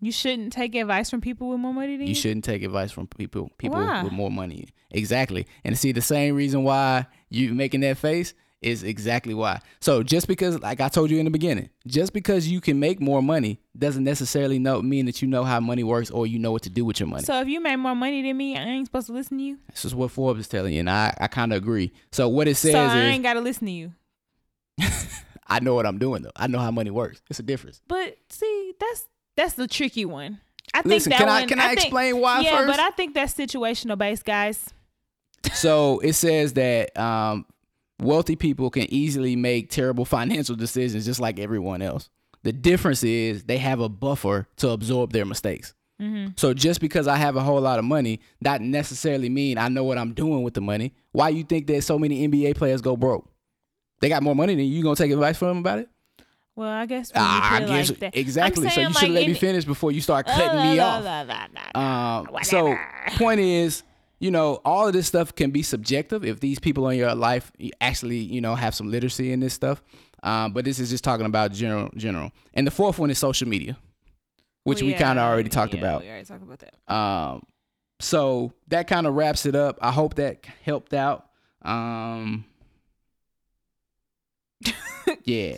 S2: you shouldn't take advice from people with more money than you.
S1: You shouldn't take advice from people people
S2: Why?
S1: with more money. Exactly. And see the same reason why you making that face is exactly why. So just because like I told you in the beginning, just because you can make more money doesn't necessarily know mean that you know how money works or you know what to do with your money.
S2: So if you made more money than me, I ain't supposed to listen to you.
S1: this is what Forbes is telling you and I, I kinda agree. So what it says
S2: So
S1: is
S2: I ain't gotta listen to you.
S1: I know what I'm doing though. I know how money works. It's a difference.
S2: But see, that's that's the tricky one. I
S1: Listen,
S2: think that
S1: can
S2: one,
S1: I can I,
S2: think-
S1: explain why
S2: yeah,
S1: first?
S2: but I think that's situational based, guys.
S1: So it says that um, wealthy people can easily make terrible financial decisions just like everyone else. The difference is they have a buffer to absorb their mistakes.
S2: Mm-hmm.
S1: So just because I have a whole lot of money, not necessarily mean I know what I'm doing with the money. Why you think that so many NBA players go broke? They got more money than you. You gonna take advice from them about it?
S2: Well, I guess when you
S1: Ah,
S2: put
S1: I
S2: it
S1: guess
S2: like that. I'm
S1: exactly. So you
S2: saying,
S1: should have
S2: like,
S1: let me
S2: in-
S1: finish before you start cutting me
S2: Oh, La,
S1: off.
S2: la, la, la, la.
S1: Um, so point is, you know, all of this stuff can be subjective if these people in your life actually, you know, have some literacy in this stuff. Um, but this is just talking about general, general. And the fourth one is social media, which we
S2: Yeah,
S1: kind of already talked
S2: yeah,
S1: about.
S2: We already talked about that.
S1: Um, so that kind of wraps it up. I hope that helped out. Um, yeah,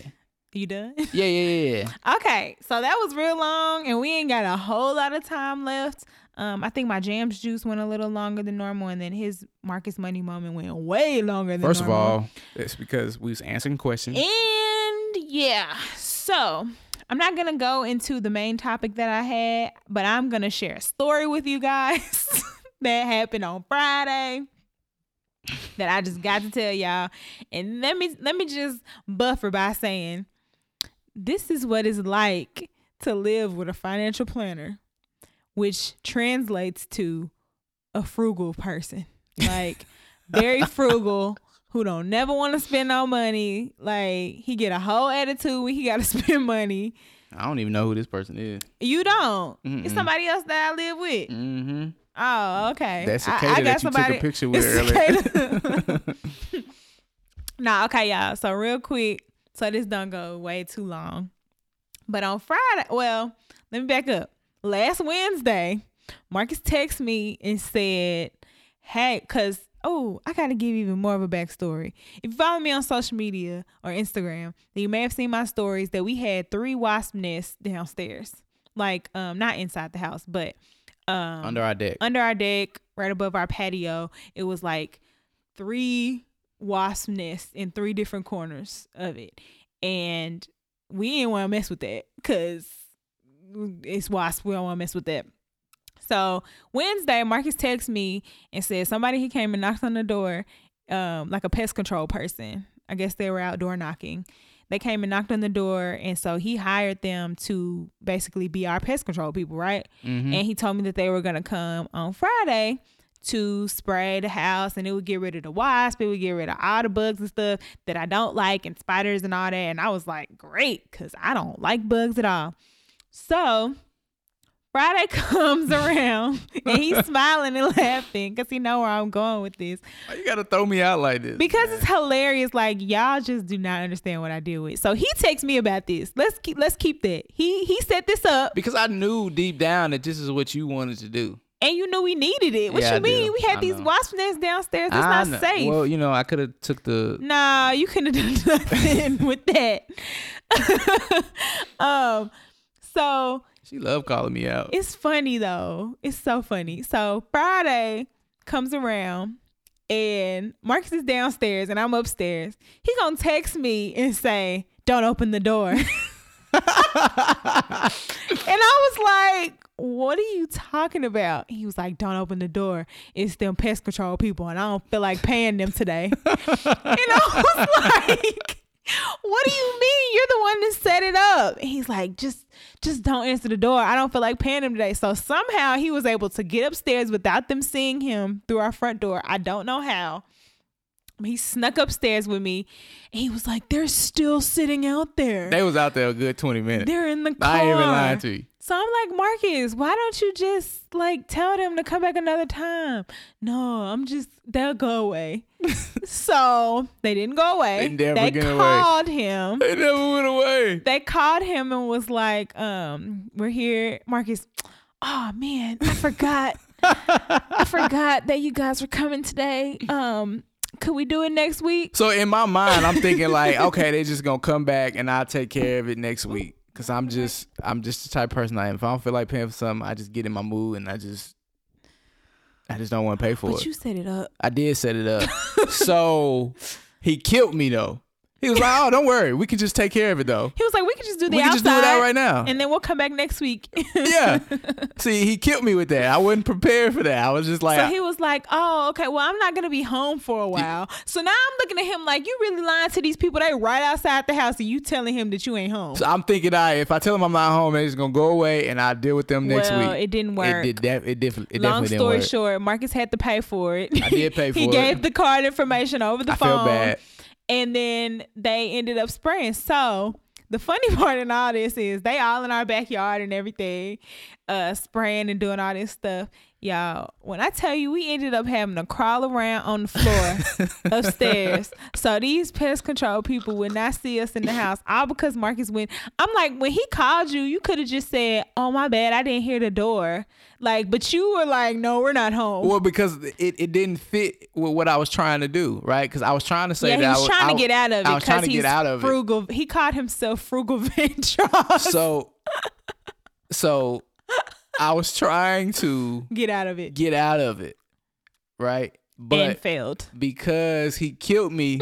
S2: You done?
S1: yeah, yeah, yeah, yeah.
S2: okay, so that was real long, and we ain't got a whole lot of time left. Um, I think my jams juice went a little longer than normal, and then his Marcus Money moment went way longer than
S1: First of
S2: normal. Eh.
S1: all, it's because we was answering questions.
S2: And yeah, so I'm not gonna go into the main topic that I had, but I'm gonna share a story with you guys that happened on Friday that I just got to tell y'all. And let me let me just buffer by saying this is what it's like to live with a financial planner, which translates to a frugal person. Like very frugal who don't never want to spend no money. Like he get a whole attitude when he got to spend money.
S1: I don't even know who this person is.
S2: You don't. It's
S1: Mm-mm.
S2: somebody else that I live with.
S1: Mm-hmm.
S2: Oh, okay.
S1: That's
S2: I- I
S1: cicada
S2: got
S1: that you
S2: somebody-
S1: took a picture with
S2: It's
S1: earlier.
S2: cicada. Nah, okay, y'all. So real quick, so this don't go way too long. But on Friday, well, let me back up. Last Wednesday, Marcus texted me and said, "Hey, cause Oh, I gotta give even more of a backstory. If you follow me on social media or Instagram, then you may have seen my stories that we had three wasp nests downstairs. Like, um, not inside the house, but um
S1: under our deck.
S2: under our deck, right above our patio, it was like three wasp nests in three different corners of it. And we didn't want to mess with that because it's wasp. We don't want to mess with that. So Wednesday, Marcus texts me and said somebody he came and knocked on the door, um, like a pest control person. I guess they were outdoor knocking. They came and knocked on the door, and so he hired them to basically be our pest control people, right?
S1: Mhm.
S2: and he told me that they were gonna come on Friday to spray the house and it would get rid of the wasp, it would get rid of all the bugs and stuff that I don't like and spiders and all that. And I was like, great, because I don't like bugs at all. So Friday comes around and he's smiling and laughing because he know where I'm going with this.
S1: Why you gotta throw me out like this?
S2: Because
S1: man?
S2: it's hilarious. Like y'all just do not understand what I deal with. So he texts me about this. Let's keep let's keep that. He he set this up
S1: because I knew deep down that this is what you wanted to do.
S2: and you knew we needed it. What
S1: Yeah, I
S2: you mean?
S1: do.
S2: We had
S1: I
S2: these
S1: know.
S2: wasp nests downstairs. That's
S1: I
S2: not
S1: kn-
S2: safe.
S1: Well, you know, I could have took the
S2: nah, you couldn't have done nothing with that. um, so
S1: She loved calling me out.
S2: it's funny though. It's so funny. So Friday comes around and Marcus is downstairs and I'm upstairs. He gonna text me and say, "Don't open the door." And I was like, what are you talking about? He was like, don't open the door. It's them pest control people, and I don't feel like paying them today. and I was like, what do you mean? You're the one that set it up. And he's like, just just don't answer the door. I don't feel like paying them today. So somehow he was able to get upstairs without them seeing him through our front door. I don't know how. He snuck upstairs with me. And he was like, they're still sitting out there.
S1: they was out there a good 20 minutes.
S2: They're in the car.
S1: I ain't even lying to you.
S2: So I'm like, Marcus, why don't you just like tell them to come back another time? No, I'm just they'll go away. so they didn't go away.
S1: They never get away.
S2: called him.
S1: They never went away.
S2: They called him and was like, um, we're here. Marcus, oh man, I forgot. I forgot that you guys were coming today. Um, could we do it next week?
S1: So in my mind, I'm thinking like, okay, they just gonna come back and I'll take care of it next week. Cause I'm just, I'm just the type of person I am. If I don't feel like paying for something, I just get in my mood and I just, I just don't want to pay for
S2: But
S1: it.
S2: you set it up.
S1: I did set it up. so he killed me though. He was like, oh, don't worry, we can just take care of it though.
S2: He was like, we could just do the
S1: We can
S2: outside
S1: just do it out right now.
S2: and then we'll come back next week.
S1: yeah. See, he killed me with that. I wasn't prepared for that. I was just like,
S2: So he was like, "Oh, okay. Well, I'm not gonna be home for a while." So now I'm looking at him like, "You really lying to these people? They right outside the house, and you telling him that you ain't home."
S1: So I'm thinking, all right, if I tell them I'm not home, they're just gonna go away, and I'll deal with them um, next
S2: well,
S1: week.
S2: it didn't work.
S1: did. Def- it, def- it
S2: Long
S1: definitely
S2: story
S1: didn't work.
S2: short, Marcus had to pay for it.
S1: I did
S2: he
S1: pay for it.
S2: gave the card information over the
S1: I
S2: phone,
S1: feel bad.
S2: and then they ended up spraying. So. The funny part in all this is they all in our backyard and everything, uh, spraying and doing all this stuff. Y'all, when I tell you we ended up having to crawl around on the floor upstairs. So these pest control people would not see us in the house, all because Marcus went. I'm like, when he called you, you could have just said, "Oh my bad, I didn't hear the door." Like, but you were like, "No, we're not home."
S1: Well, because it, it didn't fit with what I was trying to do, right? Because I was trying to say
S2: yeah,
S1: that
S2: he
S1: I
S2: was trying
S1: I,
S2: to get out of it
S1: I was trying
S2: because
S1: to
S2: he's
S1: get out of it.
S2: frugal. He called himself frugal Ventros.
S1: So, so I was trying to
S2: get out of it
S1: get out of it, right? But
S2: and failed.
S1: because he killed me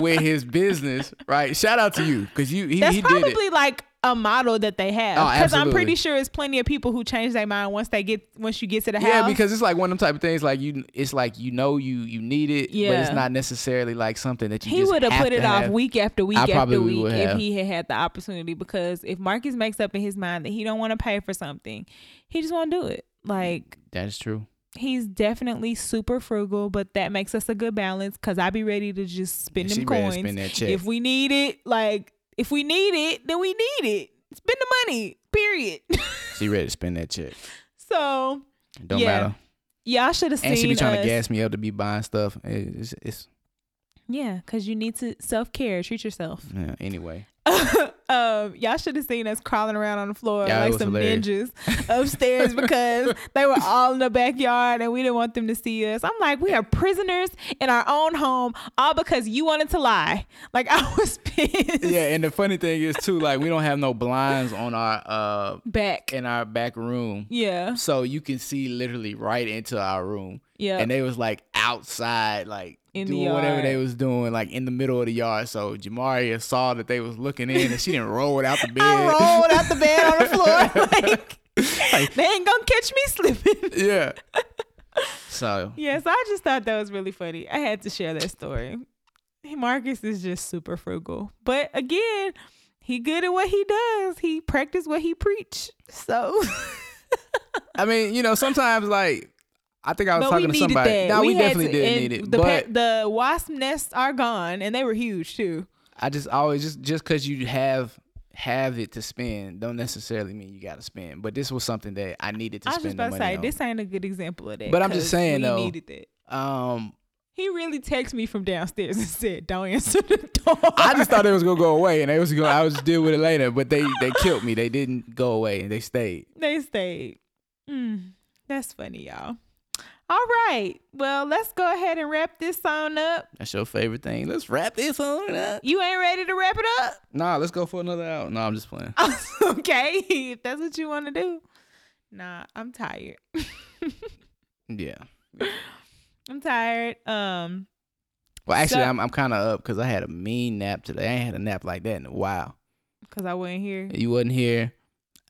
S1: with his business, right? Shout out to you because you he,
S2: That's
S1: he did it.
S2: probably like a model that they have
S1: Oh,
S2: because I'm
S1: absolutely.
S2: pretty sure it's plenty of people who change their mind once they get once you get to the house.
S1: Yeah, because it's like one of them type of things. Like you, it's like you know you you need it, but it's
S2: Yeah.
S1: not necessarily like something that you.
S2: he
S1: just
S2: would have put
S1: to
S2: it
S1: have.
S2: off week after week
S1: I
S2: after
S1: probably
S2: week
S1: would
S2: if
S1: have.
S2: he had had the opportunity because if Marcus makes up in his mind that he don't want to pay for something, he just won't do it. Like
S1: That is true.
S2: he's definitely super frugal, but that makes us a good balance because i be ready to just spend
S1: she
S2: them
S1: ready to
S2: coins.
S1: spend that check.
S2: If we need it, like if we need it, then we need it. Spend the money. Period.
S1: she ready to spend that check.
S2: so
S1: Don't
S2: Yeah,
S1: matter.
S2: y'all should have seen
S1: And she be trying
S2: us.
S1: to gas me up to be buying stuff. Eh, It's, it's,
S2: Yeah, because you need to self care, treat yourself.
S1: yeah, anyway.
S2: Um, y'all should have seen us crawling around on the floor
S1: Yeah, it
S2: like
S1: was
S2: some
S1: hilarious.
S2: ninjas upstairs because they were all in the backyard and we didn't want them to see us. I'm like, we are prisoners in our own home, all because you wanted to lie. Like I was pissed.
S1: yeah, and the funny thing is too, like we don't have no blinds on our uh
S2: Back.
S1: in our back room.
S2: Yeah.
S1: So you can see literally right into our room.
S2: Yeah.
S1: And they was like outside, like
S2: In the
S1: doing whatever
S2: yard.
S1: they was doing, like in the middle of the yard. So Jamaria saw that they was looking in and she didn't roll out the bed.
S2: I rolled out the bed on the floor. Like, they ain't gonna catch me slipping.
S1: yeah. So
S2: Yes, I just thought that was really funny. I had to share that story. Marcus is just super frugal, but again, he good at what he does. He practice what he preach. So
S1: I mean, you know, sometimes like I think I was
S2: but we
S1: talking to
S2: needed
S1: somebody.
S2: that.
S1: No, we,
S2: had to-
S1: definitely did
S2: and
S1: need it.
S2: The,
S1: but
S2: pa- the wasp nests are gone, and they were huge too.
S1: I just always just just because you have have it to spend don't necessarily mean you got to spend. But this was something that I needed to
S2: I was just
S1: spend the
S2: about to
S1: money
S2: say
S1: on.
S2: this ain't a good example of that.
S1: But I'm just
S2: 'cause
S1: saying,
S2: we
S1: though,
S2: needed that.
S1: um,
S2: He really texted me from downstairs and said, "Don't answer the door."
S1: I just thought it was gonna go away, and they was gonna I was deal with it later. But they they killed me. They didn't go away, and they stayed.
S2: They stayed. Mm, that's funny, y'all. All right. Well, let's go ahead and wrap this on up.
S1: That's your favorite thing. Let's wrap this on up.
S2: You ain't ready to wrap it up?
S1: Nah, let's go for another hour. Nah, I'm just playing.
S2: okay. If that's what you want to do. Nah, I'm tired.
S1: Yeah.
S2: I'm tired. Um,
S1: Well, actually,
S2: So-
S1: I'm I'm kind of up because I had a mean nap today. I ain't had a nap like that in a while.
S2: because I wasn't here.
S1: You wasn't here,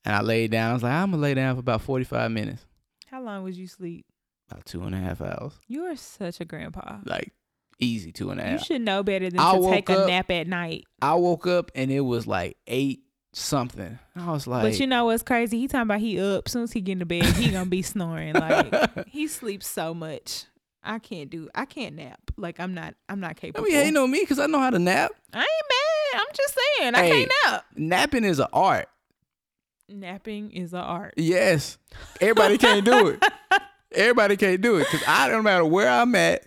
S1: and I laid down. I was like, I'm gonna lay down for about 45 minutes,
S2: How long was you sleep?
S1: about two and a half hours.
S2: You are such a grandpa.
S1: like easy two and a
S2: You
S1: half.
S2: should know better than
S1: I
S2: to take
S1: woke
S2: a
S1: up-
S2: nap at night.
S1: I woke up and it was like eight something. I was like,
S2: but you know what's crazy? He talking about he up. Soon as he get into bed, he gonna be snoring. Like he sleeps so much. I can't do. I can't nap. Like I'm not. I'm not
S1: I
S2: capable.
S1: mean, ain't no me because I know how to nap.
S2: I ain't mad. I'm just saying I
S1: Hey.
S2: can't nap.
S1: Napping is an art.
S2: Napping is an art.
S1: Yes, everybody can't do it. Everybody can't do it because I don't matter where I'm at.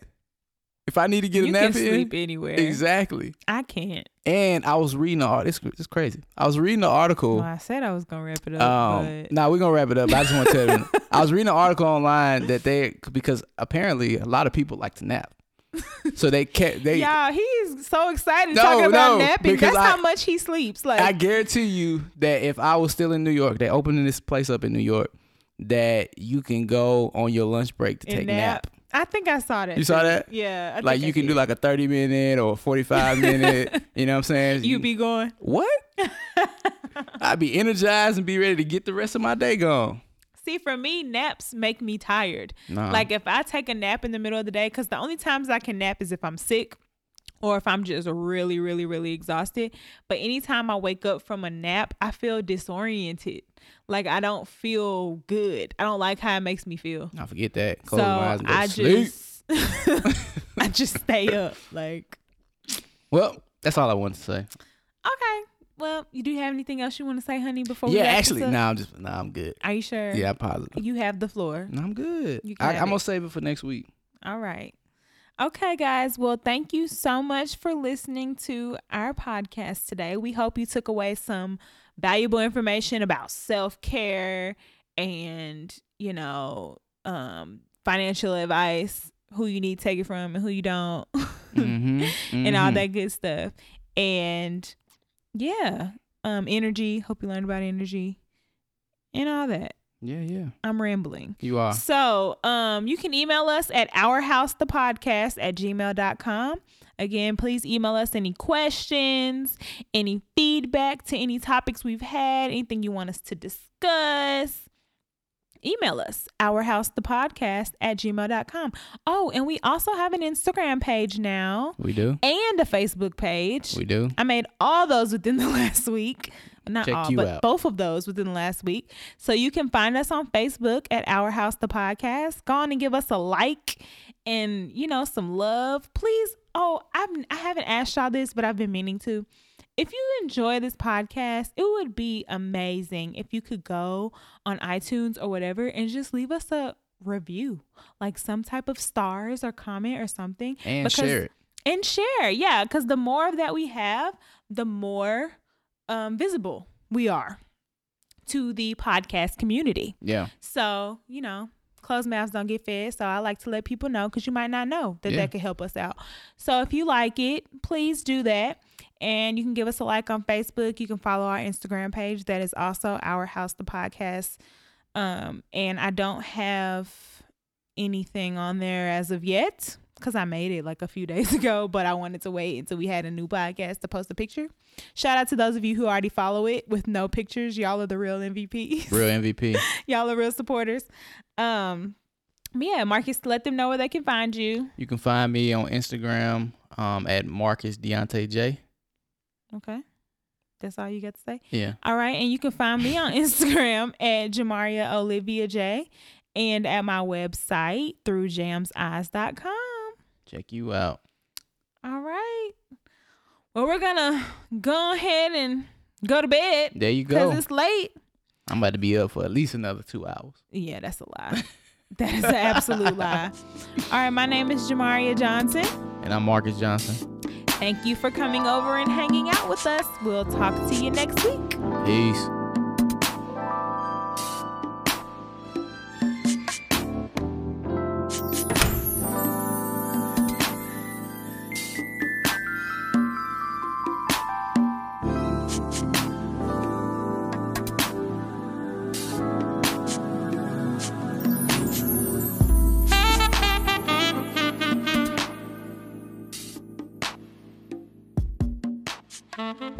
S1: If I need to get
S2: you
S1: a nap
S2: can
S1: in,
S2: sleep anywhere.
S1: exactly.
S2: I can't.
S1: And I was reading the article. It's, it's crazy. I was reading the article.
S2: Well, I said I was gonna wrap it up.
S1: Um,
S2: but
S1: now we're gonna wrap it up. I just want to tell them. I was reading an article online that they because apparently a lot of people like to nap, so they kept they.
S2: Y'all, he's so excited
S1: No,
S2: talking about
S1: no,
S2: napping.
S1: because
S2: That's
S1: I-
S2: how much he sleeps. Like
S1: I guarantee you that if I was still in New York, they opening this place up in New York that you can go on your lunch break to
S2: and
S1: take nap.
S2: I think I saw that.
S1: You saw
S2: too.
S1: that?
S2: Yeah. I
S1: Like
S2: think I
S1: you can
S2: did.
S1: do like a thirty minute or forty five minute. You know what I'm saying?
S2: You be going.
S1: what? I'd be energized and be ready to get the rest of my day gone.
S2: See, for me, naps make me tired.
S1: Nah.
S2: Like if I take a nap in the middle of the day, because the only times I can nap is if I'm sick or if I'm just really, really, really exhausted. But anytime I wake up from a nap, I feel disoriented. Like I don't feel good. I don't like how it makes me feel.
S1: I forget that. Close
S2: so
S1: my eyes and go
S2: I
S1: to sleep.
S2: just I just stay up. Like,
S1: Well, that's all I wanted to say.
S2: okay. Well, you do have anything else you want to say, honey, before we
S1: yeah,
S2: wrap this
S1: actually, no,
S2: up?
S1: nah, I'm just, nah, I'm good.
S2: Are you sure?
S1: Yeah, I'm positive.
S2: You have the floor.
S1: Nah, I'm good.
S2: You
S1: I,
S2: got
S1: I'm
S2: it.
S1: gonna save it for next week.
S2: All right. Okay, guys. Well, thank you so much for listening to our podcast today. We hope you took away some valuable information about self care and, you know, um, financial advice, who you need to take it from and who you don't,
S1: Mm-hmm,
S2: and all that good stuff. And yeah, um, energy. Hope you learned about energy and all that.
S1: Yeah, yeah.
S2: I'm rambling.
S1: You are.
S2: So um, you can email us at ourhousethepodcast at gmail.com. Again, please email us any questions, any feedback to any topics we've had, anything you want us to discuss. Email us, ourhousethepodcast at gmail.com. Oh, and we also have an Instagram page now
S1: We do.
S2: and a Facebook page.
S1: We do.
S2: I made all those within the last week. Not
S1: Check
S2: all,
S1: you
S2: but
S1: out.
S2: both of those within the last week. So you can find us on Facebook at Our House the Podcast. Go on and give us a like and, you know, some love. Please. Oh, I've, I haven't asked y'all this, but I've been meaning to. If you enjoy this podcast, it would be amazing if you could go on iTunes or whatever and just leave us a review, like some type of stars or comment or something
S1: And
S2: because-
S1: share it.
S2: and share. Yeah, because the more of that we have, the more um, visible we are to the podcast community.
S1: Yeah.
S2: So, you know, closed mouths don't get fed. So I like to let people know because you might not know that
S1: Yeah.
S2: that could help us out. So if you like it, please do that. And you can give us a like on Facebook. You can follow our Instagram page. That is also Our House the Podcast. Um, and I don't have anything on there as of yet because I made it like a few days ago, but I wanted to wait until we had a new podcast to post a picture. Shout out to those of you who already follow it with no pictures. Y'all are the real MVPs
S1: Real MVP.
S2: y'all are real supporters. Um, but yeah, Marcus, let them know where they can find you.
S1: You can find me on Instagram um, at Marcus Deontay J.
S2: Okay, that's all you got to say.
S1: Yeah.
S2: All right, and you can find me on Instagram at Jamaria Olivia J, and at my website through jamseyes.com.
S1: Check you out.
S2: All right. Well, we're gonna go ahead and go to bed
S1: There you
S2: because
S1: go.
S2: it's late.
S1: I'm about to be up for at least another two hours.
S2: Yeah, that's a lie. That is an absolute lie. All right, my name is Jamaria Johnson.
S1: And I'm Marcus Johnson.
S2: Thank you for coming over and hanging out with us. We'll talk to you next week.
S1: Peace.
S3: Thank you.